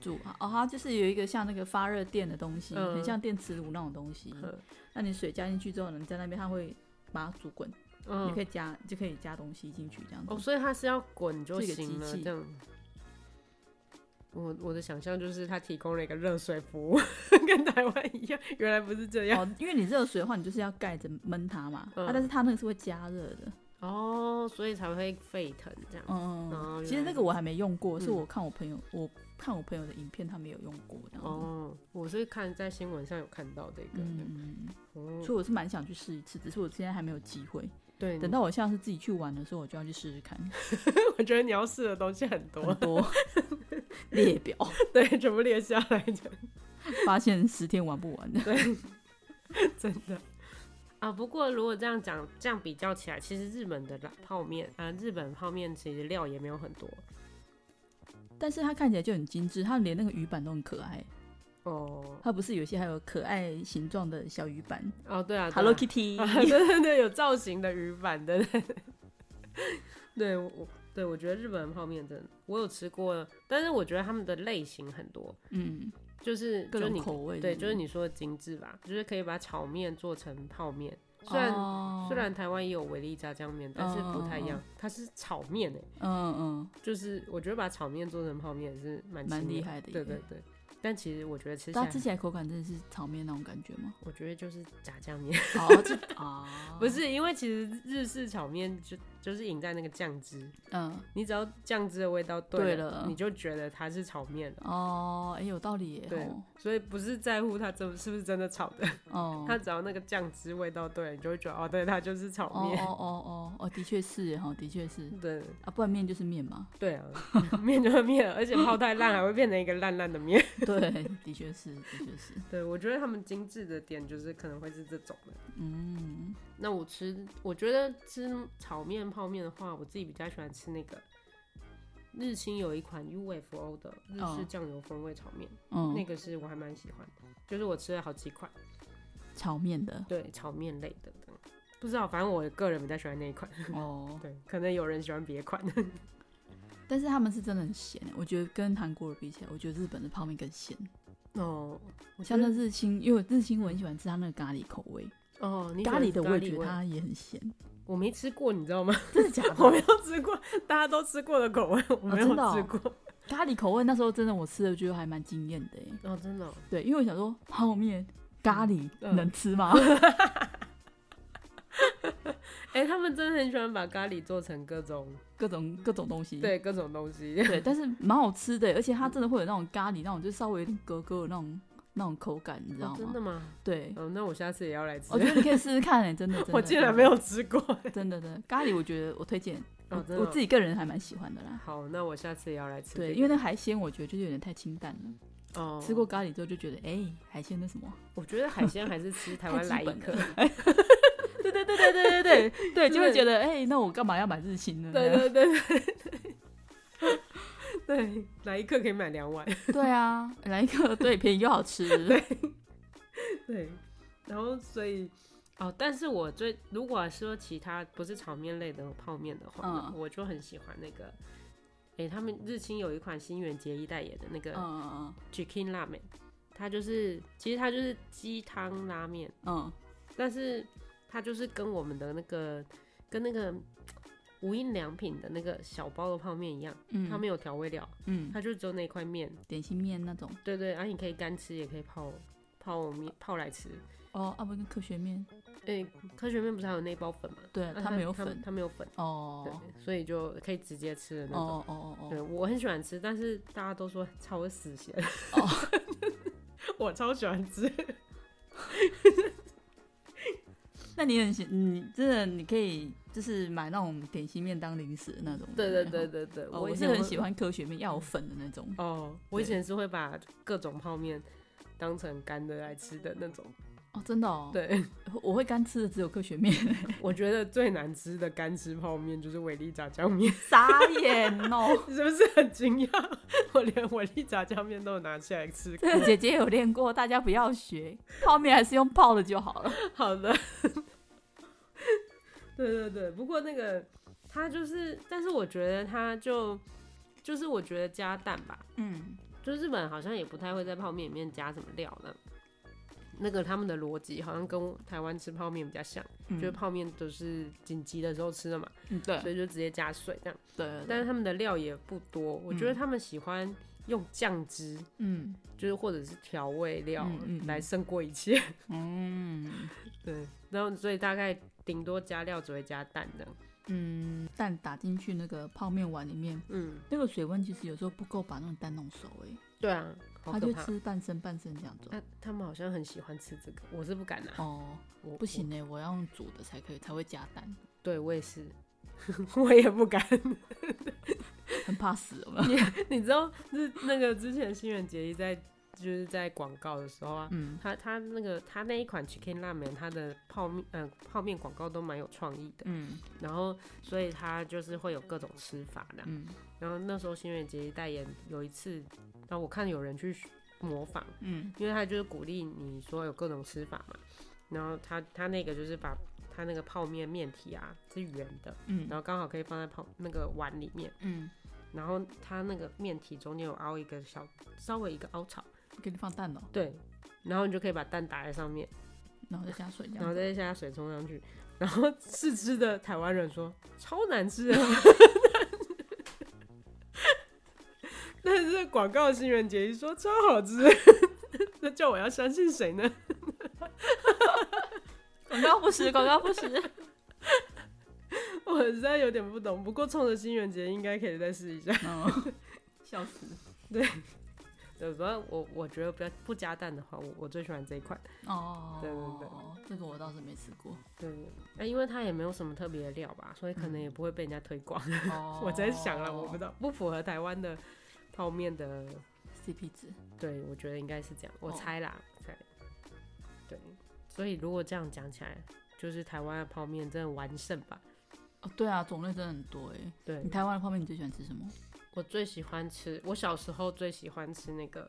[SPEAKER 1] 煮啊哦，它就是有一个像那个发热垫的东西，
[SPEAKER 2] 嗯
[SPEAKER 1] 很像电磁炉那种东西。
[SPEAKER 2] 嗯
[SPEAKER 1] 那你水加进去之后呢，你在那边它会把它煮滚，你可
[SPEAKER 2] 嗯，
[SPEAKER 1] 以加就可以加东西进去这样子。
[SPEAKER 2] 哦，所以它是要滚就
[SPEAKER 1] 这个
[SPEAKER 2] 行了
[SPEAKER 1] 机器
[SPEAKER 2] 这样。我我的想象就是它提供了一个热水服务， 跟台湾一样，原来不是这样
[SPEAKER 1] 哦，因为你热水的话，你就是要盖着焖它嘛，
[SPEAKER 2] 嗯
[SPEAKER 1] 啊，但是它那个是会加热的，
[SPEAKER 2] 哦，所以才会沸腾这样。
[SPEAKER 1] 嗯，
[SPEAKER 2] 哦
[SPEAKER 1] 其实
[SPEAKER 2] 原来
[SPEAKER 1] 那个我还没用过，是
[SPEAKER 2] 嗯
[SPEAKER 1] 我看我朋友，我看我朋友的影片，他没有用过这样子。
[SPEAKER 2] 哦，我是看在新闻上有看到这个，
[SPEAKER 1] 嗯，嗯嗯
[SPEAKER 2] 哦，
[SPEAKER 1] 所以我是蛮想去试一次，只是我现在还没有机会。
[SPEAKER 2] 对，
[SPEAKER 1] 等到我下次自己去玩的时候，我就要去试试看。
[SPEAKER 2] 我觉得你要试的东西很
[SPEAKER 1] 很
[SPEAKER 2] 多，
[SPEAKER 1] 多 列表，
[SPEAKER 2] 对，全部列下来这样
[SPEAKER 1] 发现十天玩不完的。
[SPEAKER 2] 真的啊。不过如果这样讲，这样比较起来，其实日本的拉泡面啊，日本泡面其实料也没有很多
[SPEAKER 1] 但是它看起来就很精致，它连那个鱼板都很可爱。
[SPEAKER 2] 哦。
[SPEAKER 1] 它不是有些还有可爱形状的小鱼板
[SPEAKER 2] 哦，对啊对啊
[SPEAKER 1] ，Hello Kitty
[SPEAKER 2] 啊。 对对对，有造型的鱼板的。对 对对，我对我觉得日本泡面真的，我有吃过，但是我觉得他们的类型很多，
[SPEAKER 1] 嗯，
[SPEAKER 2] 就是
[SPEAKER 1] 各
[SPEAKER 2] 就是
[SPEAKER 1] 种
[SPEAKER 2] 你
[SPEAKER 1] 口味。
[SPEAKER 2] 对，
[SPEAKER 1] 不
[SPEAKER 2] 就是你说的精致吧，就是可以把炒面做成泡面。虽然、
[SPEAKER 1] 哦
[SPEAKER 2] 虽然台湾也有维力炸酱面，但是不太一样，它是炒面诶、
[SPEAKER 1] 嗯
[SPEAKER 2] 就是我觉得把炒面做成泡面也是蛮
[SPEAKER 1] 嗯，蛮
[SPEAKER 2] 新
[SPEAKER 1] 厉
[SPEAKER 2] 颖。
[SPEAKER 1] 害的。
[SPEAKER 2] 对对，对，但其实我觉得吃起
[SPEAKER 1] 它
[SPEAKER 2] 来
[SPEAKER 1] 吃，起来口感真的是炒面那种感觉 吗？
[SPEAKER 2] 我觉得就是炸酱面，
[SPEAKER 1] 哦，这 啊，
[SPEAKER 2] 不，是因为其实日式炒面就就是赢在那个酱汁，
[SPEAKER 1] 嗯，
[SPEAKER 2] 你只要酱汁的味道对
[SPEAKER 1] 对
[SPEAKER 2] 了，
[SPEAKER 1] 了
[SPEAKER 2] 你就觉得它是炒面了。
[SPEAKER 1] 哦，哎，有道理耶。
[SPEAKER 2] 对
[SPEAKER 1] 吼
[SPEAKER 2] 所以不是在乎它真是不是真的炒的，
[SPEAKER 1] 哦，
[SPEAKER 2] 它只要那个酱汁味道对了，你就会觉得哦，对，它就是
[SPEAKER 1] 哦
[SPEAKER 2] 炒
[SPEAKER 1] 哦
[SPEAKER 2] 面。嗯
[SPEAKER 1] 哦哦哦，的确是耶，哈，的确是
[SPEAKER 2] 对，
[SPEAKER 1] 啊，不然面就是面 嘛。
[SPEAKER 2] 对啊，面就是面，而且泡太烂还会变成一个烂烂的面。
[SPEAKER 1] 对，的确是，的确是。
[SPEAKER 2] 对，我觉得他们精致的点就是可能会是这种的。
[SPEAKER 1] 嗯，
[SPEAKER 2] 那我吃，我觉得吃炒面、泡面的话，我自己比较喜欢吃那个日清有一款 UFO 的日式
[SPEAKER 1] 哦
[SPEAKER 2] 酱油风味炒面，
[SPEAKER 1] 嗯，
[SPEAKER 2] 那个是我还蛮喜欢的，就是我吃了好几款，
[SPEAKER 1] 炒面 的
[SPEAKER 2] 对，炒面类的这样不知道，反正我个人比较喜欢那一款。
[SPEAKER 1] 哦，
[SPEAKER 2] 对，可能有人喜欢别款。
[SPEAKER 1] 但是他们是真的很咸，我觉得跟韩国的比起来，我觉得日本的泡面更咸。
[SPEAKER 2] 哦，我觉
[SPEAKER 1] 像那
[SPEAKER 2] 得
[SPEAKER 1] 日清，因为日清我很喜欢吃它那个咖喱口味，
[SPEAKER 2] 哦，你喜
[SPEAKER 1] 咖
[SPEAKER 2] 欢
[SPEAKER 1] 喱
[SPEAKER 2] 吃
[SPEAKER 1] 的我也觉得
[SPEAKER 2] 味
[SPEAKER 1] 它也很 咸，
[SPEAKER 2] 我没吃过，你知道吗？
[SPEAKER 1] 真的假
[SPEAKER 2] 我没
[SPEAKER 1] 的？
[SPEAKER 2] 有吃过大家都吃过的口味，我没有
[SPEAKER 1] 真的哦
[SPEAKER 2] 吃过。
[SPEAKER 1] 咖喱口味那时候真的我吃了，觉得还蛮惊艳的耶。欸
[SPEAKER 2] 哦，真的、哦，
[SPEAKER 1] 对，因为我想说泡面咖喱
[SPEAKER 2] 嗯
[SPEAKER 1] 能吃吗？
[SPEAKER 2] 哎、他们真的很喜欢把咖喱做成各种
[SPEAKER 1] 各种各种东西。
[SPEAKER 2] 对各种东西。
[SPEAKER 1] 对，但是蛮好吃的，而且它真的会有那种咖喱那种就稍微有点格格的那种那种口感，你知道
[SPEAKER 2] 哦
[SPEAKER 1] 吗？
[SPEAKER 2] 真的吗？
[SPEAKER 1] 对，
[SPEAKER 2] 哦，那我下次也要来吃。
[SPEAKER 1] 我觉得你可以试试看，哎，真的，真的
[SPEAKER 2] 我竟然
[SPEAKER 1] 真的
[SPEAKER 2] 没有 吃过。
[SPEAKER 1] 真的真的咖喱，我觉得我推荐，
[SPEAKER 2] 哦，真
[SPEAKER 1] 我
[SPEAKER 2] 的
[SPEAKER 1] 我
[SPEAKER 2] 哦、
[SPEAKER 1] 自己个人还蛮喜欢的啦。
[SPEAKER 2] 好，那我下次也要来吃这个、
[SPEAKER 1] 对，因为那海鲜我觉得就是有点太清淡了。
[SPEAKER 2] 哦，
[SPEAKER 1] 吃过，咖喱之后就觉得，哎、海鲜那什么，
[SPEAKER 2] 我觉得海鲜还是吃台
[SPEAKER 1] 太
[SPEAKER 2] 湾
[SPEAKER 1] 基
[SPEAKER 2] 来一
[SPEAKER 1] 本
[SPEAKER 2] 颗。
[SPEAKER 1] 了。对对对 对对对对对，就会觉得，哎、那我干嘛要买日清呢？
[SPEAKER 2] 对对对对对， 对来一克可以买两碗。
[SPEAKER 1] 对啊，来一个对便宜又好 吃。
[SPEAKER 2] 对，然后所以哦，但是我最如果说其他不是炒面类的泡面的话呢，
[SPEAKER 1] 嗯
[SPEAKER 2] 我就很喜欢那个，诶，他们日清有一款新垣结衣代言的那
[SPEAKER 1] 嗯
[SPEAKER 2] 个
[SPEAKER 1] 嗯
[SPEAKER 2] Chicken 拉面，它就是其实它就是鸡汤拉面，
[SPEAKER 1] 嗯嗯，
[SPEAKER 2] 但是它就是跟我们的那个跟那个。无印良品的那个小包的泡面一样，
[SPEAKER 1] 嗯
[SPEAKER 2] 它没有调味料，
[SPEAKER 1] 嗯，
[SPEAKER 2] 它就只有那一块面。
[SPEAKER 1] 点心面那种，
[SPEAKER 2] 对对，然、后你可以干吃，也可以泡泡面泡来吃。
[SPEAKER 1] 哦，啊不跟科学面，
[SPEAKER 2] 哎、科学面不是还有那包粉吗？
[SPEAKER 1] 对
[SPEAKER 2] 啊，
[SPEAKER 1] 它没有粉
[SPEAKER 2] 它，它没有粉，
[SPEAKER 1] 哦
[SPEAKER 2] 对，所以就可以直接吃的那种。
[SPEAKER 1] 哦哦哦
[SPEAKER 2] 对，我很喜欢吃，但是大家都说超死咸。
[SPEAKER 1] 哦，
[SPEAKER 2] 我超喜欢吃。
[SPEAKER 1] 哦，那你很喜，你真的你可以就是买那种点心面当零食的那种，
[SPEAKER 2] 对对
[SPEAKER 1] 不
[SPEAKER 2] 对对对，
[SPEAKER 1] 哦，我
[SPEAKER 2] 以
[SPEAKER 1] 是
[SPEAKER 2] 前
[SPEAKER 1] 很嗯
[SPEAKER 2] 会
[SPEAKER 1] 喜。欢科学面，要有粉的那种。
[SPEAKER 2] 哦，我以
[SPEAKER 1] 对
[SPEAKER 2] 前是会把各种泡面当成干的来吃的那种。
[SPEAKER 1] 哦，真的哦，
[SPEAKER 2] 对，
[SPEAKER 1] 我我会干吃的只有科学面，
[SPEAKER 2] 我觉得最难吃的干吃泡面就是维力炸酱面，
[SPEAKER 1] 傻眼哦。
[SPEAKER 2] 是不是很惊讶？ 我连维力炸酱面都拿起来吃过
[SPEAKER 1] 这。 个姐姐有练过，大家不要学，泡面还是用泡的就好了。
[SPEAKER 2] 好的， 对对对，不过那个他就是，但是我觉得他就就是我觉得加蛋吧，
[SPEAKER 1] 嗯，
[SPEAKER 2] 就日本好像也不太会在泡面里面加什么料的。那个他们的逻辑好像跟台湾吃泡面比较像，就是泡面都是紧急的时候吃的嘛，
[SPEAKER 1] 嗯，对
[SPEAKER 2] 所以就直接加水这样。
[SPEAKER 1] 对对，
[SPEAKER 2] 但是他们的料也不多，我觉得
[SPEAKER 1] 嗯
[SPEAKER 2] 他们喜欢用酱汁，
[SPEAKER 1] 嗯
[SPEAKER 2] 就是或者是调味料
[SPEAKER 1] 嗯嗯嗯
[SPEAKER 2] 来胜过一切。
[SPEAKER 1] 嗯
[SPEAKER 2] 对，然后所以大概顶多加料只会加蛋这样。
[SPEAKER 1] 嗯，蛋打进去那个泡面碗里面，
[SPEAKER 2] 嗯，
[SPEAKER 1] 那个水温其实有时候不够把那种蛋弄熟哎、
[SPEAKER 2] 对啊，好
[SPEAKER 1] 他
[SPEAKER 2] 可
[SPEAKER 1] 就
[SPEAKER 2] 怕。
[SPEAKER 1] 吃半生半生这样做。
[SPEAKER 2] 那他们好像很喜欢吃这个，我是不敢啊，
[SPEAKER 1] 哦，
[SPEAKER 2] 我
[SPEAKER 1] 不。行哎、我要用煮的才可以，才会加蛋，
[SPEAKER 2] 我对我也是， 我也不敢。
[SPEAKER 1] 很怕死有没有？
[SPEAKER 2] 你知道，是那个之前新人杰一在就是在广告的时候啊，
[SPEAKER 1] 嗯
[SPEAKER 2] 他他那个他那一款 Chicken Ramen，他的泡面呃泡面广告都蛮有创意的，
[SPEAKER 1] 嗯
[SPEAKER 2] 然后所以他就是会有各种吃法的。
[SPEAKER 1] 嗯
[SPEAKER 2] 然后那时候新垣结衣代言有一次，然后我看有人去模仿，
[SPEAKER 1] 嗯
[SPEAKER 2] 因为他就是鼓励你说有各种吃法嘛。然后他他那个就是把他那个泡面面体啊是圆的，
[SPEAKER 1] 嗯
[SPEAKER 2] 然后刚好可以放在泡那个碗里面，
[SPEAKER 1] 嗯，
[SPEAKER 2] 然后他那个面体中间有凹一个小稍微一个凹槽，
[SPEAKER 1] 给你放蛋哦，
[SPEAKER 2] 对，然后你就可以把蛋打在上面，
[SPEAKER 1] 然后再加水这
[SPEAKER 2] 然后
[SPEAKER 1] 样。
[SPEAKER 2] 再加水冲上去。然后试吃的台湾人说超难吃的， 但是广告新人杰一说超好吃， 那叫我要相信谁呢？
[SPEAKER 1] 广告不实，广告不实。
[SPEAKER 2] 我实在有点不懂，不过冲着新人节应该可以再试一下。
[SPEAKER 1] 嗯，笑死。
[SPEAKER 2] 对，不然我我觉得不要不加蛋的话，我我最喜欢这一款。
[SPEAKER 1] 哦，
[SPEAKER 2] 对对对，
[SPEAKER 1] 这个我倒是没吃过。
[SPEAKER 2] 对，那、嗯哎因为它也没有什么特别的料吧，所以可能
[SPEAKER 1] 嗯
[SPEAKER 2] 也不会被人家推广。，
[SPEAKER 1] 哦
[SPEAKER 2] 我在想啊了，我不知
[SPEAKER 1] 道
[SPEAKER 2] 道，不符合台湾的泡面的。
[SPEAKER 1] CP 值。
[SPEAKER 2] 对，我觉得应该是这样，我
[SPEAKER 1] 哦
[SPEAKER 2] 猜啦，我猜。对，所以如果这样讲起来，就是台湾的泡面真的完胜吧？
[SPEAKER 1] 哦，对啊，种类真的很多哎。
[SPEAKER 2] 对
[SPEAKER 1] 你台湾的泡面你最喜欢吃什么？
[SPEAKER 2] 我最喜欢吃，我小时候最喜欢吃那个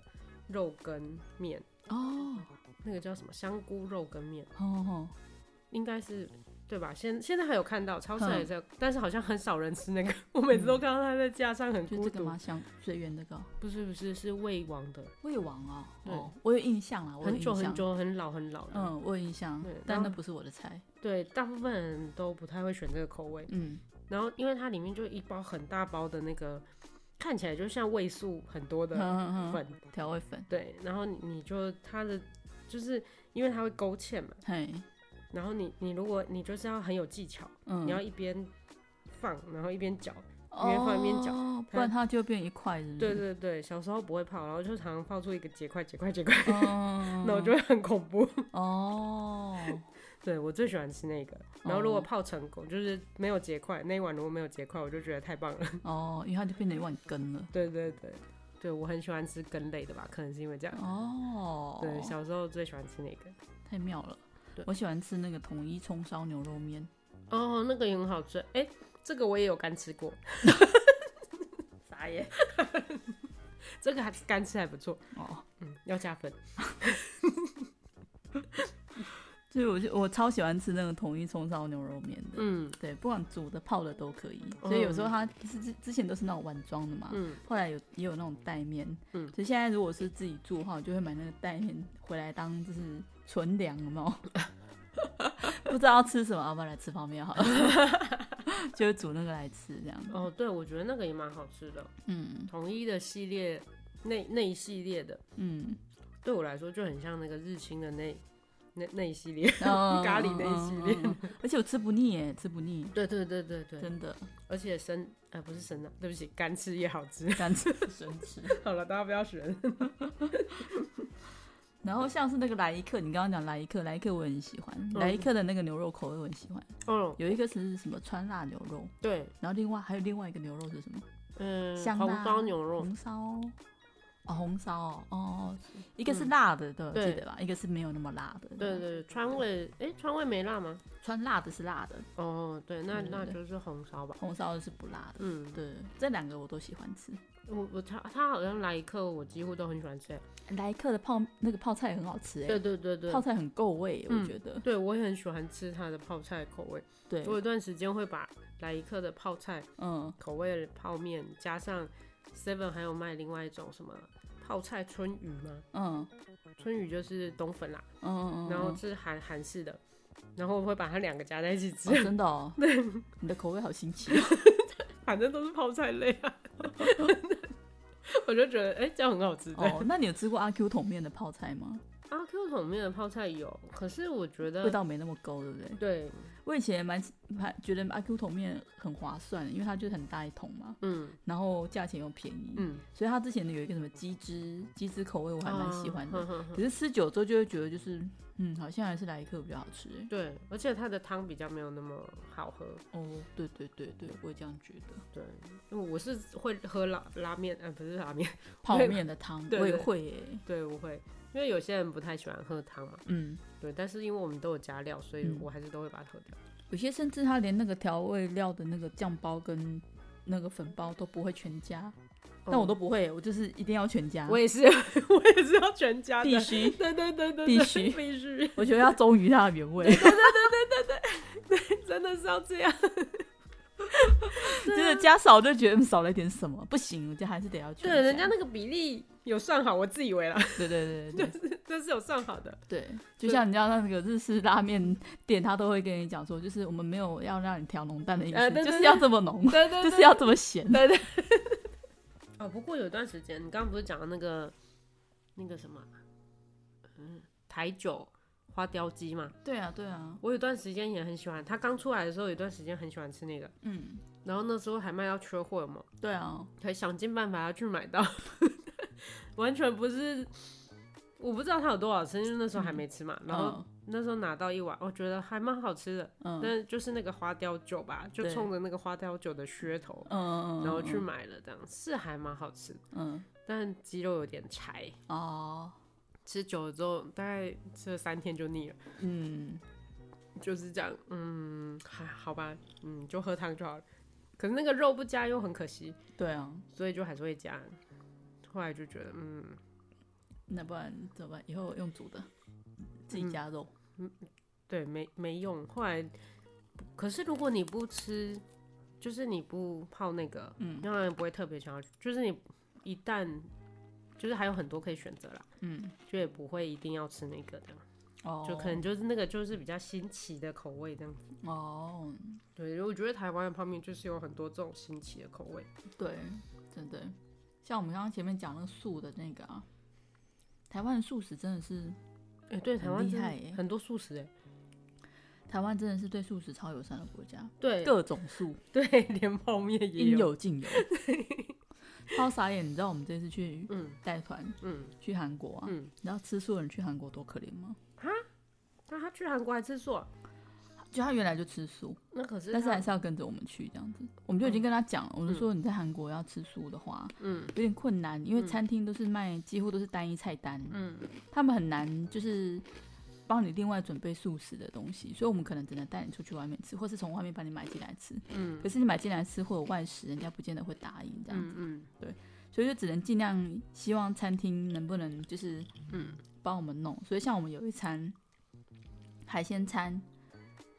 [SPEAKER 2] 肉羹面，
[SPEAKER 1] 哦，
[SPEAKER 2] 那个叫什么香菇肉羹面。
[SPEAKER 1] 哦哦，
[SPEAKER 2] 应该是对吧？现现在还有看到超市
[SPEAKER 1] 嗯
[SPEAKER 2] 也在，但是好像很少人吃那个。我每次都看到他在架上很
[SPEAKER 1] 就
[SPEAKER 2] 孤
[SPEAKER 1] 这个
[SPEAKER 2] 独。
[SPEAKER 1] 吗？香随缘这个
[SPEAKER 2] 不是不是，是魏王的，
[SPEAKER 1] 魏王哦，
[SPEAKER 2] 对
[SPEAKER 1] 哦，我有印象啦，我有
[SPEAKER 2] 很
[SPEAKER 1] 印
[SPEAKER 2] 久
[SPEAKER 1] 象
[SPEAKER 2] 很。久很老很老了。
[SPEAKER 1] 嗯，我有印象
[SPEAKER 2] 对，然
[SPEAKER 1] 但
[SPEAKER 2] 后
[SPEAKER 1] 那不是我的菜。
[SPEAKER 2] 对，大部分人都不太会选这个口味。
[SPEAKER 1] 嗯，
[SPEAKER 2] 然后因为它里面就一包很大包的那个，看起来就像味素很多的
[SPEAKER 1] 嗯嗯嗯
[SPEAKER 2] 粉。
[SPEAKER 1] 调味粉，
[SPEAKER 2] 对，然后你你就它的就是因为它会勾芡嘛，
[SPEAKER 1] 嘿，
[SPEAKER 2] 然后你你如果你就是要很有技巧，
[SPEAKER 1] 嗯，
[SPEAKER 2] 你要一边放，然后一边搅，
[SPEAKER 1] 哦，
[SPEAKER 2] 边放一边搅
[SPEAKER 1] 不然它就变一块，是不是？
[SPEAKER 2] 对对对，小时候不会泡，然后就常常泡出一个结块、结块、结块，
[SPEAKER 1] 嗯，
[SPEAKER 2] 那我就会很恐怖。
[SPEAKER 1] 哦，
[SPEAKER 2] 对我最喜欢吃那个，然后如果泡成功，就是没有结块，那一碗如果没有结块，我就觉得太棒了。
[SPEAKER 1] 哦，因为它就变成一碗羹了。
[SPEAKER 2] 对对对，对我很喜欢吃羹类的吧，可能是因为这样。
[SPEAKER 1] 哦，
[SPEAKER 2] 对，小时候最喜欢吃那个。
[SPEAKER 1] 太妙了
[SPEAKER 2] 对。
[SPEAKER 1] 我喜欢吃那个统一葱烧牛肉面，
[SPEAKER 2] 哦，那个也很好吃，哎、这个我也有干吃 过。傻眼， 这个还干吃还不错，
[SPEAKER 1] 哦，
[SPEAKER 2] 嗯，要加分。
[SPEAKER 1] 就是我就我超喜欢吃那个统一葱烧牛肉面的。
[SPEAKER 2] 嗯
[SPEAKER 1] 对，不管煮的、泡的都可以，
[SPEAKER 2] 嗯
[SPEAKER 1] 所以有时候它是之之前都是那种碗装的嘛，
[SPEAKER 2] 嗯
[SPEAKER 1] 后来有也有那种带面，
[SPEAKER 2] 嗯
[SPEAKER 1] 所以现在如果是自己住的话，我就会买那个带面回来当就是存粮，有 没有？不知道要吃什么，要不然来吃泡面好了， 就会煮那个来吃这样。
[SPEAKER 2] 哦，对，我觉得那个也蛮好吃的。
[SPEAKER 1] 嗯
[SPEAKER 2] 统一的系列那那一系列的，
[SPEAKER 1] 嗯，
[SPEAKER 2] 对我来说就很像那个日清的那那那一系列。
[SPEAKER 1] 嗯
[SPEAKER 2] 咖喱那一系列，
[SPEAKER 1] 嗯嗯嗯而且我吃不腻耶，吃不腻，
[SPEAKER 2] 对对对对对，
[SPEAKER 1] 真的
[SPEAKER 2] 而且生呃不是生的，对不起，干吃也好吃。
[SPEAKER 1] 敢吃不生吃。
[SPEAKER 2] 好了，大家不要学。
[SPEAKER 1] 然后像是那个来一克，你刚刚讲来一克，来一克我很喜
[SPEAKER 2] 嗯
[SPEAKER 1] 欢，来一克的那个牛肉口味我很喜欢，
[SPEAKER 2] 哦，
[SPEAKER 1] 有一个是什么川辣牛肉，
[SPEAKER 2] 对，
[SPEAKER 1] 然后另外还有另外一个牛肉是什么？
[SPEAKER 2] 嗯，
[SPEAKER 1] 香辣
[SPEAKER 2] 红烧牛肉，
[SPEAKER 1] 红烧。哦，红烧哦，哦，一个是辣的，对，我
[SPEAKER 2] 嗯对
[SPEAKER 1] 记得吧？一个是没有那么辣的，
[SPEAKER 2] 对对，对，川味，哎、川味没辣吗？
[SPEAKER 1] 川辣的是辣的，
[SPEAKER 2] 哦，对，那
[SPEAKER 1] 对对
[SPEAKER 2] 那
[SPEAKER 1] 对
[SPEAKER 2] 就是红烧吧。
[SPEAKER 1] 红烧的是不辣的。
[SPEAKER 2] 嗯，
[SPEAKER 1] 对，这两个我都喜欢吃。
[SPEAKER 2] 我我他他好像来一客，我几乎都很喜欢吃、欸。
[SPEAKER 1] 来客的泡那个泡菜很好吃哎、
[SPEAKER 2] 对对对对
[SPEAKER 1] 泡，菜很够味，
[SPEAKER 2] 嗯
[SPEAKER 1] 我觉得。
[SPEAKER 2] 对我也很喜欢吃它的泡菜口味。
[SPEAKER 1] 对，
[SPEAKER 2] 我有段时间会把来一客的泡菜
[SPEAKER 1] 嗯，
[SPEAKER 2] 口味的泡面加上 Seven 还有卖另外一种什么泡菜春雨吗？
[SPEAKER 1] 嗯
[SPEAKER 2] 春雨就是冬粉啦，
[SPEAKER 1] 嗯嗯，嗯
[SPEAKER 2] 然后
[SPEAKER 1] 嗯
[SPEAKER 2] 是韩韩式的，然后我会把它两个加在一起吃
[SPEAKER 1] 哦，真的哦，你的口味好新奇哦。
[SPEAKER 2] 反正都是泡菜类啊。 我就觉得哎、这样很好吃。对
[SPEAKER 1] 哦，那你有吃过阿 Q 桶面的泡菜吗？
[SPEAKER 2] 阿 Q 桶面的泡菜有，可是我觉
[SPEAKER 1] 味
[SPEAKER 2] 得
[SPEAKER 1] 道没那么勾，对不对？
[SPEAKER 2] 对，
[SPEAKER 1] 我以前蛮蛮觉得阿 Q 桶面很划算，因为它就是很大一桶嘛，
[SPEAKER 2] 嗯
[SPEAKER 1] 然后价钱又便宜，
[SPEAKER 2] 嗯，
[SPEAKER 1] 所以它之前的有一个什么鸡汁鸡汁口味，我还蛮喜欢的。
[SPEAKER 2] 啊哼哼哼
[SPEAKER 1] 可是吃久之后就会觉得就是，嗯，好像还是来一克比较好吃哎。
[SPEAKER 2] 对，而且它的汤比较没有那么好喝。
[SPEAKER 1] 哦，对对对对，我也这样觉得。
[SPEAKER 2] 对，因为我是会喝拉拉面，呃，不是拉面，
[SPEAKER 1] 泡面的汤
[SPEAKER 2] 对
[SPEAKER 1] 我也
[SPEAKER 2] 对
[SPEAKER 1] 会耶、
[SPEAKER 2] 对，我会，因为有些人不太喜欢喝汤嘛，
[SPEAKER 1] 嗯，
[SPEAKER 2] 对，但是因为我们都有加料，所以
[SPEAKER 1] 嗯
[SPEAKER 2] 我还是都会把它喝掉。
[SPEAKER 1] 有些甚至他连那个调味料的那个酱包跟那个粉包都不会全加，但我都
[SPEAKER 2] 嗯
[SPEAKER 1] 不会，我就是一定要全加，
[SPEAKER 2] 我也是， 我也是要全家的
[SPEAKER 1] 必，须，
[SPEAKER 2] 对对对对，对
[SPEAKER 1] 必须
[SPEAKER 2] 必须，
[SPEAKER 1] 我觉得要忠于它的原味，
[SPEAKER 2] 真的是要这样。
[SPEAKER 1] 真的加少就觉得嗯少了一点什么，不行，我觉得还是得要全加。
[SPEAKER 2] 对，人家那个比例有算好，我自以为啦，
[SPEAKER 1] 对对对对对
[SPEAKER 2] 这是有算好的。
[SPEAKER 1] 对，就像你知道那个日式拉面店，他都会跟你讲说，就是我们没有要让你调浓淡的意
[SPEAKER 2] 呃
[SPEAKER 1] 思，
[SPEAKER 2] 对对
[SPEAKER 1] 就是
[SPEAKER 2] 对
[SPEAKER 1] 要这么浓，
[SPEAKER 2] 对对
[SPEAKER 1] 就
[SPEAKER 2] 对
[SPEAKER 1] 是要这么咸。
[SPEAKER 2] 对对。哦，不过有一段时间，你刚刚不是讲到那个那个什么，嗯，台酒花雕鸡嘛？
[SPEAKER 1] 对啊对啊，
[SPEAKER 2] 我有段时间也很喜欢，它刚出来的时候，有段时间很喜欢吃那个，
[SPEAKER 1] 嗯，
[SPEAKER 2] 然后那时候还卖到缺货嘛，
[SPEAKER 1] 对啊，
[SPEAKER 2] 还想尽办法要去买到， 完全不是。我不知道它有多好吃，因为那时候还没吃嘛。然后那时候拿到一碗，我觉得还蛮好吃的，
[SPEAKER 1] 嗯嗯
[SPEAKER 2] 但就是那个花雕酒吧，就
[SPEAKER 1] 对
[SPEAKER 2] 冲着那个花雕酒的噱头，
[SPEAKER 1] 嗯，
[SPEAKER 2] 然后去
[SPEAKER 1] 嗯
[SPEAKER 2] 买了，这样是还蛮好吃的，
[SPEAKER 1] 嗯
[SPEAKER 2] 但鸡肉有点柴，
[SPEAKER 1] 哦
[SPEAKER 2] 吃久了之后大概吃了三天就腻了，
[SPEAKER 1] 嗯。
[SPEAKER 2] 就是这样，嗯，还好吧，嗯，就喝汤就好了。可是那个肉不加又很可惜，
[SPEAKER 1] 对啊，
[SPEAKER 2] 所以就还是会加。后来就觉得，嗯，
[SPEAKER 1] 那不然怎么办？以后用煮的，自己加肉。
[SPEAKER 2] 对，没没用。后来，可是如果你不吃，就是你不泡那个，
[SPEAKER 1] 嗯
[SPEAKER 2] 当然不会特别想要，就是你一旦，就是还有很多可以选择啦，
[SPEAKER 1] 嗯，
[SPEAKER 2] 就也不会一定要吃那个这样。
[SPEAKER 1] 哦，
[SPEAKER 2] 就可能就是那个就是比较新奇的口味这样子。
[SPEAKER 1] 哦，
[SPEAKER 2] 对，我觉得台湾的泡面就是有很多这种新奇的口味。
[SPEAKER 1] 对，真的，像我们刚刚前面讲那个素的那个啊，台湾的素食真的是，
[SPEAKER 2] 哎、对，
[SPEAKER 1] 很
[SPEAKER 2] 台湾
[SPEAKER 1] 厉
[SPEAKER 2] 真的
[SPEAKER 1] 害耶
[SPEAKER 2] 很多素食哎、
[SPEAKER 1] 台湾真的是对素食超友善的国家，
[SPEAKER 2] 对
[SPEAKER 1] 各种素
[SPEAKER 2] 对，连泡面也
[SPEAKER 1] 应
[SPEAKER 2] 有。
[SPEAKER 1] 有 尽有。超傻眼，你知道我们这次去
[SPEAKER 2] 嗯
[SPEAKER 1] 带团
[SPEAKER 2] 嗯，
[SPEAKER 1] 去韩国啊，
[SPEAKER 2] 嗯
[SPEAKER 1] 你知道吃素的人去韩国多可怜吗？
[SPEAKER 2] 那他去韩国还吃素啊、
[SPEAKER 1] 就他原来就吃素，
[SPEAKER 2] 那可是
[SPEAKER 1] 但是
[SPEAKER 2] 他
[SPEAKER 1] 还是要跟着我们去这样子。我们就已经跟他讲了，我就说你在韩国要吃素的话，
[SPEAKER 2] 嗯
[SPEAKER 1] 有点困难，因为餐厅都是卖几乎都是单一菜单，
[SPEAKER 2] 嗯
[SPEAKER 1] 他们很难就是帮你另外准备素食的东西，所以我们可能只能带你出去外面吃，或是从外面帮你买进来吃。
[SPEAKER 2] 嗯
[SPEAKER 1] 可是你买进来吃或者外食，人家不见得会答应这样子，
[SPEAKER 2] 嗯嗯
[SPEAKER 1] 所以就只能尽量希望餐厅能不能就是
[SPEAKER 2] 嗯
[SPEAKER 1] 帮我们弄。所以像我们有一餐海鲜餐，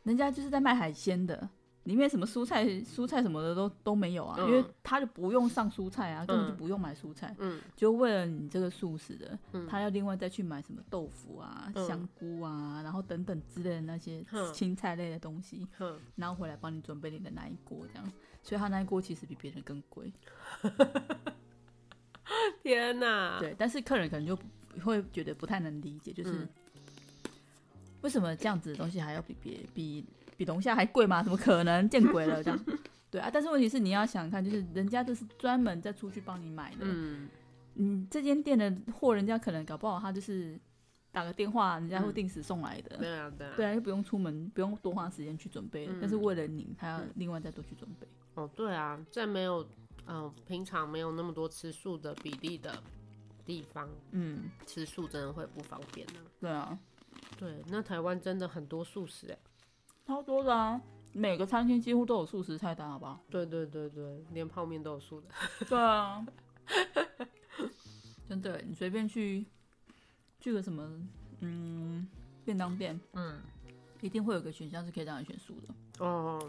[SPEAKER 1] 人家就是在卖海鲜的，里面什么蔬菜、蔬菜什么的都都没有啊，
[SPEAKER 2] 嗯
[SPEAKER 1] 因为他就不用上蔬菜啊，根本就
[SPEAKER 2] 嗯
[SPEAKER 1] 不用买蔬菜，
[SPEAKER 2] 嗯
[SPEAKER 1] 就为了你这个素食的，
[SPEAKER 2] 嗯
[SPEAKER 1] 他要另外再去买什么豆腐啊、
[SPEAKER 2] 嗯
[SPEAKER 1] 香菇啊，然后等等之类的那些
[SPEAKER 2] 嗯
[SPEAKER 1] 青菜类的东西，
[SPEAKER 2] 哼，
[SPEAKER 1] 然后回来帮你准备你的那一锅这样。所以他那一锅其实比别人更贵，
[SPEAKER 2] 天哪！
[SPEAKER 1] 对，但是客人可能就不会觉得不太能理解，就是
[SPEAKER 2] 嗯
[SPEAKER 1] 为什么这样子的东西还要比别比比龙虾还贵吗？怎么可能？见鬼了这样。对啊，但是问题是你要想想看，就是人家就是专门再出去帮你买的，
[SPEAKER 2] 嗯
[SPEAKER 1] 嗯，这间店的货，人家可能搞不好他就是打个电话，人家会定时送来的。
[SPEAKER 2] 嗯对啊对啊
[SPEAKER 1] 对啊，又不用出门，不用多花时间去准备了。
[SPEAKER 2] 嗯
[SPEAKER 1] 但是为了你，他要另外再多去准备。
[SPEAKER 2] 哦对啊，在没有嗯、呃平常没有那么多吃素的比例的地方，
[SPEAKER 1] 嗯，
[SPEAKER 2] 吃素真的会不方便呢、
[SPEAKER 1] 对啊，
[SPEAKER 2] 对，那台湾真的很多素食哎、
[SPEAKER 1] 超多的啊，每个餐厅几乎都有素食菜单，好不好？
[SPEAKER 2] 对对对对，连泡面都有素的。
[SPEAKER 1] 对啊，真的，你随便去去个什么，嗯，便当店，
[SPEAKER 2] 嗯，
[SPEAKER 1] 一定会有个选项是可以让你选素的，
[SPEAKER 2] 哦，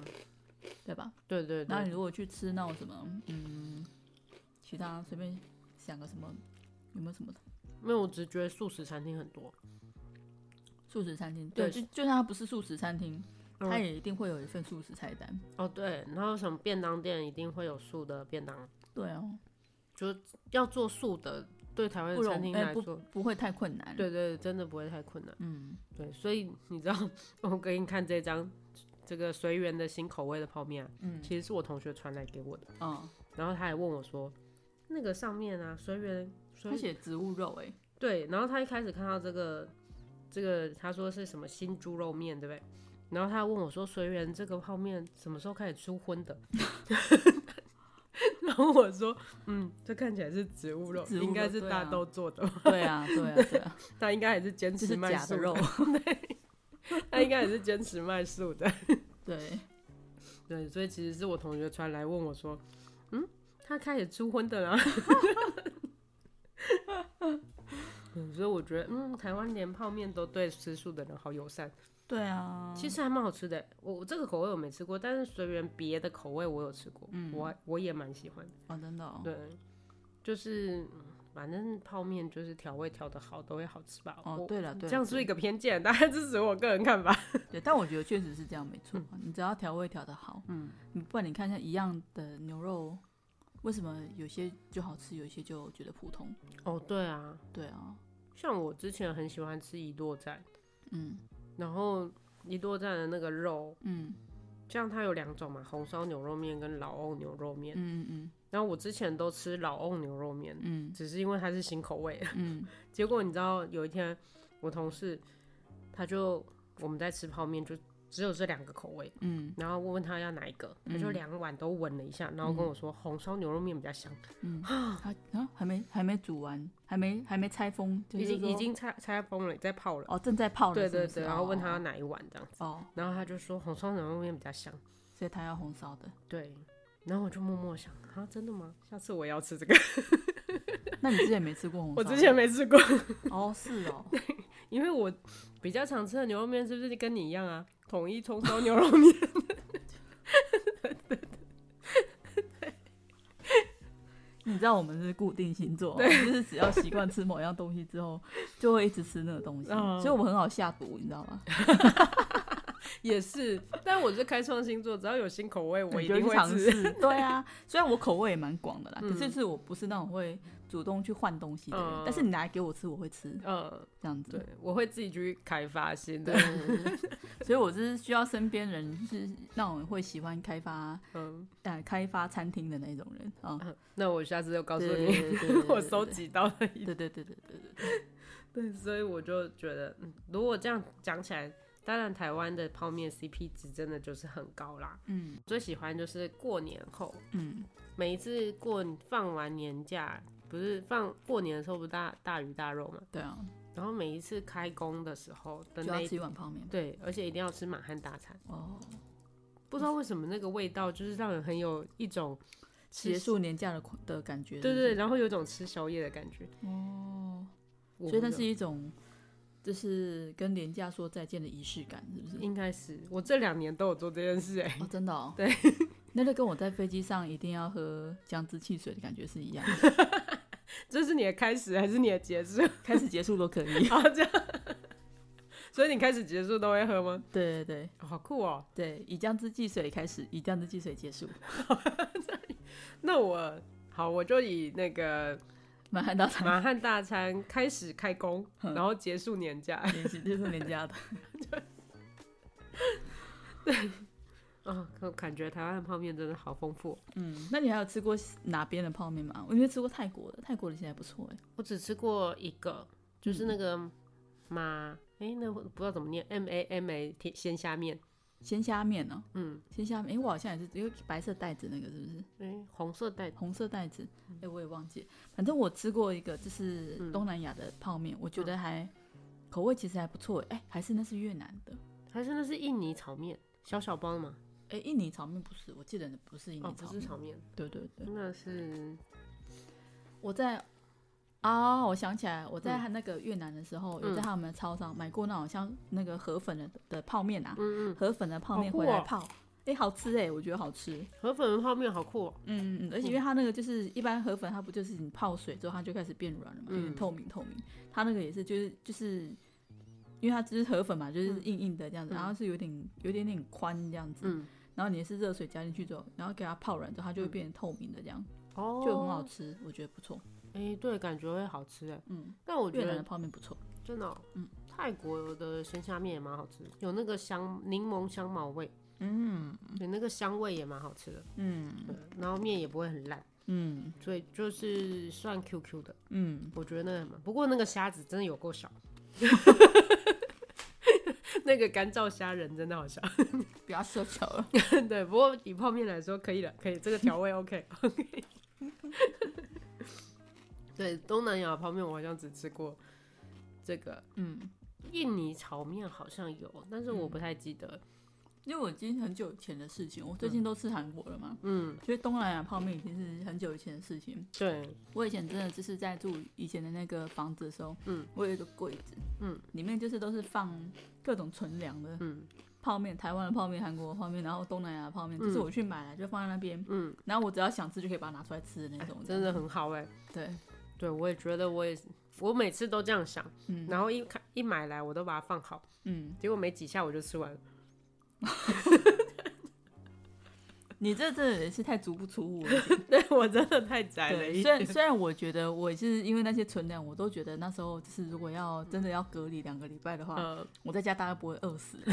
[SPEAKER 1] 对吧？
[SPEAKER 2] 对对
[SPEAKER 1] 然后你
[SPEAKER 2] 对，
[SPEAKER 1] 如果去吃那种什么，嗯，其他随便想个什么，有没有什么
[SPEAKER 2] 因为我只觉得素食餐厅很多，
[SPEAKER 1] 素食餐厅？对，就
[SPEAKER 2] 对
[SPEAKER 1] 就算它不是素食餐厅，它
[SPEAKER 2] 嗯
[SPEAKER 1] 也一定会有一份素食菜单。
[SPEAKER 2] 哦对，然后什么便当店一定会有素的便当，
[SPEAKER 1] 对哦，
[SPEAKER 2] 要做素的，对台湾
[SPEAKER 1] 不
[SPEAKER 2] 的
[SPEAKER 1] 容
[SPEAKER 2] 餐厅
[SPEAKER 1] 哎
[SPEAKER 2] 来说，
[SPEAKER 1] 不会太困难。，
[SPEAKER 2] 对对，真的不会太困难。
[SPEAKER 1] 嗯，
[SPEAKER 2] 对，所以你知道， 我给你看这张这个随缘的新口味的泡面、啊，
[SPEAKER 1] 嗯
[SPEAKER 2] 其实是我同学传来给我的，
[SPEAKER 1] 哦，
[SPEAKER 2] 然后他还问我说，那个上面啊，随缘，随
[SPEAKER 1] 而且植物肉、 哎，
[SPEAKER 2] 对，然后他一开始看到这个这个，他说是什么新猪肉面，对不对？然后他问我说，随缘这个泡面什么时候开始出荤的？ 然后我说，嗯，这看起来是植物肉，
[SPEAKER 1] 植物
[SPEAKER 2] 应该
[SPEAKER 1] 肉
[SPEAKER 2] 是
[SPEAKER 1] 对
[SPEAKER 2] 大
[SPEAKER 1] 啊
[SPEAKER 2] 豆做的吧，
[SPEAKER 1] 对啊，对啊，对 啊，
[SPEAKER 2] 他应该还是坚
[SPEAKER 1] 这
[SPEAKER 2] 持
[SPEAKER 1] 是
[SPEAKER 2] 卖
[SPEAKER 1] 假
[SPEAKER 2] 素，
[SPEAKER 1] 的肉，
[SPEAKER 2] 他应该也是坚持卖素的。
[SPEAKER 1] 对，
[SPEAKER 2] 对，所以其实是我同学传来问我说，嗯，他开始出婚 的啦。嗯，所以我觉得，嗯，台湾连泡面都对吃素的人好友善，
[SPEAKER 1] 对啊，
[SPEAKER 2] 其实还蛮好吃的。我我这个口味我没吃过，但是随缘别的口味我有吃过，
[SPEAKER 1] 嗯
[SPEAKER 2] 我我也蛮喜欢。
[SPEAKER 1] 哦，真的、哦，
[SPEAKER 2] 对，就是嗯反正泡面就是调味调的好都会好吃吧。
[SPEAKER 1] 哦
[SPEAKER 2] 啊我，
[SPEAKER 1] 对了，对
[SPEAKER 2] 这
[SPEAKER 1] 啦
[SPEAKER 2] 样是不是一个偏见，大家支持我个人看法。
[SPEAKER 1] 对，但我觉得确实是这样，没错。你只要调味调的好，
[SPEAKER 2] 嗯，
[SPEAKER 1] 你不然你看像一样的牛肉，为什么有些就好吃，有些就觉得普通？
[SPEAKER 2] 哦，对啊，
[SPEAKER 1] 对啊，
[SPEAKER 2] 像我之前很喜欢吃一落仔，
[SPEAKER 1] 嗯
[SPEAKER 2] 然后一多站的那个肉，
[SPEAKER 1] 嗯
[SPEAKER 2] 像它有两种嘛，红烧牛肉面跟老欧牛肉面。
[SPEAKER 1] 嗯嗯
[SPEAKER 2] 然后我之前都吃老欧牛肉面，
[SPEAKER 1] 嗯
[SPEAKER 2] 只是因为它是新口味。
[SPEAKER 1] 嗯
[SPEAKER 2] 结果你知道有一天，我同事他就我们在吃泡面，就只有这两个口味。
[SPEAKER 1] 嗯
[SPEAKER 2] 然后我问他要哪一个，他就两碗都闻了一下，然后跟我说红烧牛肉面比较香，
[SPEAKER 1] 嗯，还啊还没还没煮完，还没还没拆封，就
[SPEAKER 2] 已
[SPEAKER 1] 是
[SPEAKER 2] 经
[SPEAKER 1] 说
[SPEAKER 2] 已经拆拆封了，在泡了。
[SPEAKER 1] 哦正在泡了
[SPEAKER 2] 对
[SPEAKER 1] 是不
[SPEAKER 2] 对
[SPEAKER 1] 是
[SPEAKER 2] 对，然后问他要
[SPEAKER 1] 哦
[SPEAKER 2] 哪一碗这样子，
[SPEAKER 1] 哦，
[SPEAKER 2] 然后他就说红烧牛肉面比较香。
[SPEAKER 1] 所以他要红烧的。
[SPEAKER 2] 对，然后我就默默想啊，真的吗？下次我也要吃这个。
[SPEAKER 1] 那你之前没吃过红烧
[SPEAKER 2] 我
[SPEAKER 1] 的？
[SPEAKER 2] 之前没吃过，
[SPEAKER 1] 哦是哦，
[SPEAKER 2] 因为我比较常吃的牛肉面是不是跟你一样啊？统一葱烧牛肉面。
[SPEAKER 1] 你知道我们是固定星座，就是只要习惯吃某样东西之后，就会一直吃那个东西，
[SPEAKER 2] 嗯
[SPEAKER 1] 所以我们很好下毒，你知道吗？
[SPEAKER 2] 也是，但我是开创星座，只要有新口味，我
[SPEAKER 1] 你
[SPEAKER 2] 一
[SPEAKER 1] 就
[SPEAKER 2] 定
[SPEAKER 1] 去
[SPEAKER 2] 会
[SPEAKER 1] 尝
[SPEAKER 2] 吃。
[SPEAKER 1] 试。 对啊，虽然我口味也蛮广的啦，
[SPEAKER 2] 嗯
[SPEAKER 1] 可是是我不是那种会主动去换东西的人。
[SPEAKER 2] 嗯
[SPEAKER 1] 但是你拿来给我吃，我会吃
[SPEAKER 2] 嗯，
[SPEAKER 1] 这样
[SPEAKER 2] 对
[SPEAKER 1] 子。，
[SPEAKER 2] 我会自己去开发新的。
[SPEAKER 1] 所以我是需要身边人就是那种会喜欢开发
[SPEAKER 2] 嗯，
[SPEAKER 1] 呃开发餐厅的那种人啊。
[SPEAKER 2] 那我下次就告诉
[SPEAKER 1] 对
[SPEAKER 2] 你，
[SPEAKER 1] 对对对
[SPEAKER 2] 我收集到了一
[SPEAKER 1] 对对对对对对，
[SPEAKER 2] 对，所以我就觉得，嗯，如果这样讲起来，当然台湾的泡面 CP 值真的就是很高啦。
[SPEAKER 1] 嗯
[SPEAKER 2] 最喜欢就是过年后，
[SPEAKER 1] 嗯
[SPEAKER 2] 每一次过放完年假，不是放过年的时候不是大大鱼大肉嘛，
[SPEAKER 1] 对啊，
[SPEAKER 2] 然后每一次开工的时候的
[SPEAKER 1] 就
[SPEAKER 2] 那
[SPEAKER 1] 要
[SPEAKER 2] 一
[SPEAKER 1] 吃一碗泡面
[SPEAKER 2] 对，而且一定要吃满汉大餐，
[SPEAKER 1] 哦。
[SPEAKER 2] 不知道为什么那个味道就是让人很有一种吃
[SPEAKER 1] 结束年假的的感觉，
[SPEAKER 2] 对
[SPEAKER 1] 是不
[SPEAKER 2] 对，
[SPEAKER 1] 是
[SPEAKER 2] 然后有一种吃宵夜的感觉，
[SPEAKER 1] 哦，
[SPEAKER 2] 我
[SPEAKER 1] 所以
[SPEAKER 2] 不
[SPEAKER 1] 那
[SPEAKER 2] 知
[SPEAKER 1] 是一种就是跟年假说再见的仪式感，是不是
[SPEAKER 2] 道？应该是我这两年都有做这件事哎、
[SPEAKER 1] 哦，真的哦。
[SPEAKER 2] 对，
[SPEAKER 1] 那就跟我在飞机上一定要喝姜汁汽水的感觉是一样的，
[SPEAKER 2] 这是你的开始还是你的结束？
[SPEAKER 1] 开始结束都可以。
[SPEAKER 2] 好这样，所以你开始结束都会喝吗？
[SPEAKER 1] 对对对
[SPEAKER 2] 哦好酷哦！
[SPEAKER 1] 对，以姜汁汽水开始，以姜汁汽水结束。
[SPEAKER 2] 那我好，我就以那 个
[SPEAKER 1] 满汉大餐
[SPEAKER 2] 满汉大餐开始开工，然后结束年假。
[SPEAKER 1] 连续结束连家的，
[SPEAKER 2] 啊，可感觉台湾的泡面真的好丰富哦。
[SPEAKER 1] 嗯，那你还有吃过哪边的泡面吗？我因为吃过泰国的，泰国的现在不错哎，
[SPEAKER 2] 我只吃过一个，就是那个马，哎、那我不知道怎么念，M A M A 甜鲜虾面，
[SPEAKER 1] 鲜虾面呢、哦
[SPEAKER 2] 嗯，
[SPEAKER 1] 鲜虾面，哎、我好像也是有白色袋子那个是不是？
[SPEAKER 2] 哎、红色袋
[SPEAKER 1] 红色袋子，哎、我也忘记了，反正我吃过一个就是
[SPEAKER 2] 嗯
[SPEAKER 1] 东南亚的泡面，我觉得还口味其实还不错，哎、还是那是越南的，
[SPEAKER 2] 还是那是印尼炒面，小小包的嘛？
[SPEAKER 1] 哎、印尼炒面不是，我记得不是印
[SPEAKER 2] 哦，
[SPEAKER 1] 尼
[SPEAKER 2] 不
[SPEAKER 1] 炒
[SPEAKER 2] 是
[SPEAKER 1] 面，
[SPEAKER 2] 炒面，
[SPEAKER 1] 对对对，
[SPEAKER 2] 那是
[SPEAKER 1] 我在。啊、我想起来，我在那个越南的时候，有在
[SPEAKER 2] 嗯
[SPEAKER 1] 他们的超商买过那种像那个河粉的的泡面啊，
[SPEAKER 2] 嗯嗯，
[SPEAKER 1] 河粉的泡面
[SPEAKER 2] 好酷
[SPEAKER 1] 回来
[SPEAKER 2] 哦
[SPEAKER 1] 泡，哎、好吃哎、我觉得好吃。
[SPEAKER 2] 河粉的泡面好酷、哦，
[SPEAKER 1] 嗯嗯嗯，而且因为它那个就是一般河粉，它不就是你泡水之后它就开始变软了嘛，有点
[SPEAKER 2] 嗯
[SPEAKER 1] 透明透明。它那个也是就是就是，因为它只是河粉嘛，就是硬硬的这样子，
[SPEAKER 2] 嗯
[SPEAKER 1] 然后是有点有点点宽这样子，
[SPEAKER 2] 嗯，
[SPEAKER 1] 然后你也是热水加进去之后，然后给它泡软之后，它就会变成透明的这样，
[SPEAKER 2] 哦，
[SPEAKER 1] 就很好吃，我觉得不错。
[SPEAKER 2] 哎、对，感觉会好吃哎。
[SPEAKER 1] 嗯，
[SPEAKER 2] 但我觉
[SPEAKER 1] 越南的
[SPEAKER 2] 得
[SPEAKER 1] 泡面不错。
[SPEAKER 2] 真的、哦，
[SPEAKER 1] 嗯，
[SPEAKER 2] 泰国的鲜虾面也蛮好吃，有那个香柠檬香茅味，
[SPEAKER 1] 嗯
[SPEAKER 2] 对，那个香味也蛮好吃的，
[SPEAKER 1] 嗯
[SPEAKER 2] 对，然后面也不会很烂，
[SPEAKER 1] 嗯
[SPEAKER 2] 所以就是算 QQ 的，
[SPEAKER 1] 嗯，
[SPEAKER 2] 我觉得那个很蛮不过那个虾子真的有够小， 那个干燥虾仁真的好小，
[SPEAKER 1] 不要说巧了。
[SPEAKER 2] 对，不过以泡面来说可以了，可以，这个调味 OK OK。对，东南亚泡面我好像只吃过这个
[SPEAKER 1] 嗯，
[SPEAKER 2] 印尼炒面好像有，但是我不太记得。
[SPEAKER 1] 因为我已经很久以前的事情，我最近都吃韩国了嘛，
[SPEAKER 2] 嗯，
[SPEAKER 1] 所以东南亚泡面已经是很久以前的事情。
[SPEAKER 2] 对，
[SPEAKER 1] 我以前真的就是在住以前的那个房子的时候，
[SPEAKER 2] 嗯，
[SPEAKER 1] 我有一个柜子，
[SPEAKER 2] 嗯，
[SPEAKER 1] 里面就是都是放各种存粮的
[SPEAKER 2] 嗯
[SPEAKER 1] 泡面，台湾的泡面、韩国的泡面，然后东南亚的泡面，
[SPEAKER 2] 嗯
[SPEAKER 1] 就是我去买来啊就放在那边，
[SPEAKER 2] 嗯，
[SPEAKER 1] 然后我只要想吃就可以把它拿出来吃的那种，
[SPEAKER 2] 真的很好哎、
[SPEAKER 1] 对，
[SPEAKER 2] 对，我也觉得我也是，我每次都这样想，
[SPEAKER 1] 嗯
[SPEAKER 2] 然后一看一买来我都把它放好，
[SPEAKER 1] 嗯，
[SPEAKER 2] 结果没几下我就吃完了。
[SPEAKER 1] 你这真的也是太足不出 户了。
[SPEAKER 2] 对我真的太宅了
[SPEAKER 1] 对，
[SPEAKER 2] 一
[SPEAKER 1] 虽 然虽然我觉得我是因为那些存粮，我都觉得那时候就是如果要真的要隔离两个礼拜的话，
[SPEAKER 2] 呃，
[SPEAKER 1] 我在家大概不会饿 死 的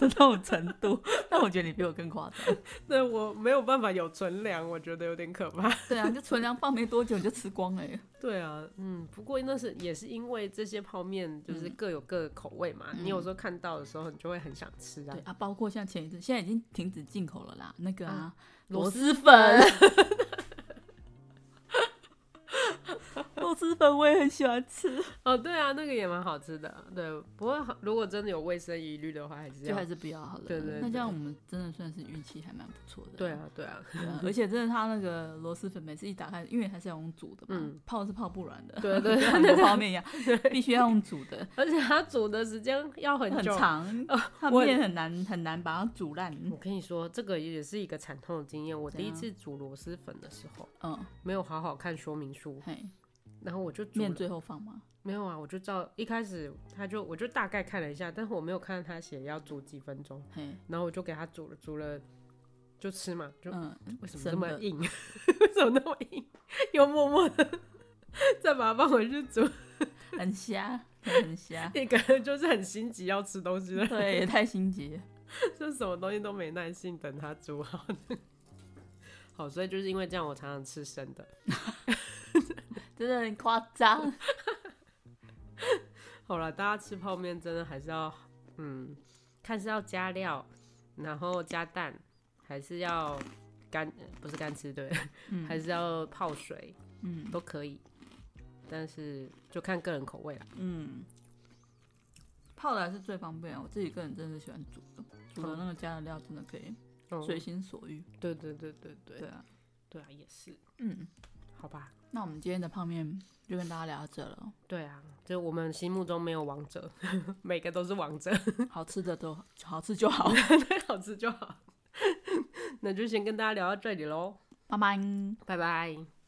[SPEAKER 1] 那种程度，但我觉得你比我更夸张。
[SPEAKER 2] 对我没有办法有存粮，我觉得有点可怕。
[SPEAKER 1] 对啊，就存粮放没多久你就吃光了耶。
[SPEAKER 2] 对啊，嗯，不过那是也是因为这些泡面就是各有各的口味嘛，你有时候看到的时候，你就会很想吃啊
[SPEAKER 1] 对。啊，包括像前一阵，现在已经停止进口了啦，那个啊，
[SPEAKER 2] 螺
[SPEAKER 1] 蛳粉， 螺蛳粉我也很喜欢吃，
[SPEAKER 2] 哦，对啊，那个也蛮好吃的。对，不过好如果真的有卫生疑虑的话，还是
[SPEAKER 1] 就
[SPEAKER 2] 要
[SPEAKER 1] 还。是不要好了。
[SPEAKER 2] 对对对
[SPEAKER 1] 那这样我们真的算是运气还蛮不错的。
[SPEAKER 2] 对 啊，对啊，
[SPEAKER 1] 对啊，而且真的，它那个螺蛳粉每次一打开，因为它是要用煮的嘛，
[SPEAKER 2] 嗯
[SPEAKER 1] 泡是泡不软的，
[SPEAKER 2] 对啊对啊
[SPEAKER 1] 跟韩国泡面一样，必须要用煮的，
[SPEAKER 2] 而且它煮的时间要很
[SPEAKER 1] 很
[SPEAKER 2] 久。
[SPEAKER 1] 长，它
[SPEAKER 2] 我哦
[SPEAKER 1] 面很难很难把它煮烂。
[SPEAKER 2] 我跟你说，这个也是一个惨痛的经验。我
[SPEAKER 1] 怎
[SPEAKER 2] 第一
[SPEAKER 1] 样
[SPEAKER 2] 次煮螺蛳粉的时候，
[SPEAKER 1] 嗯，
[SPEAKER 2] 没有好好看说明书，
[SPEAKER 1] 嘿，
[SPEAKER 2] 然后我就煮
[SPEAKER 1] 面
[SPEAKER 2] 了
[SPEAKER 1] 最后放吗？
[SPEAKER 2] 没有啊，我就照一开始他就我就大概看了一下，但是我没有看到他写要煮几分钟，
[SPEAKER 1] 嘿，
[SPEAKER 2] 然后我就给他煮了煮了就吃嘛，就、
[SPEAKER 1] 嗯，
[SPEAKER 2] 为什么
[SPEAKER 1] 真
[SPEAKER 2] 那么
[SPEAKER 1] 的
[SPEAKER 2] 硬？ 为什么那么硬？又默默的 再把它放回去煮，，
[SPEAKER 1] 很瞎，很瞎
[SPEAKER 2] 你感觉就是很心急要吃东西了，
[SPEAKER 1] 对，也太心急了。
[SPEAKER 2] 就什么东西都没耐心等它煮好。 好，所以就是因为这样，我常常吃生的。
[SPEAKER 1] 真的很夸张。
[SPEAKER 2] 好了，大家吃泡面真的还是要，嗯，看是要加料，然后加蛋，还是要干，呃不是干吃对，还是要泡水
[SPEAKER 1] 嗯
[SPEAKER 2] 都可以，但是就看个人口味啦。
[SPEAKER 1] 嗯，泡的还是最方便啊。我自己个人真的喜欢煮的，煮
[SPEAKER 2] 哦
[SPEAKER 1] 了那个加的料真的可以
[SPEAKER 2] 嗯，
[SPEAKER 1] 随心所欲。
[SPEAKER 2] 对对对对对
[SPEAKER 1] 对啊，
[SPEAKER 2] 对啊，也是，
[SPEAKER 1] 嗯，
[SPEAKER 2] 好吧。
[SPEAKER 1] 那我们今天的泡面就跟大家聊到这 了。
[SPEAKER 2] 对啊，就我们心目中没有王者， 每个都是王者，
[SPEAKER 1] 好吃的都好吃就 好，
[SPEAKER 2] 好 吃就好。那就先跟大家聊到这里喽，
[SPEAKER 1] 拜拜。
[SPEAKER 2] 拜拜。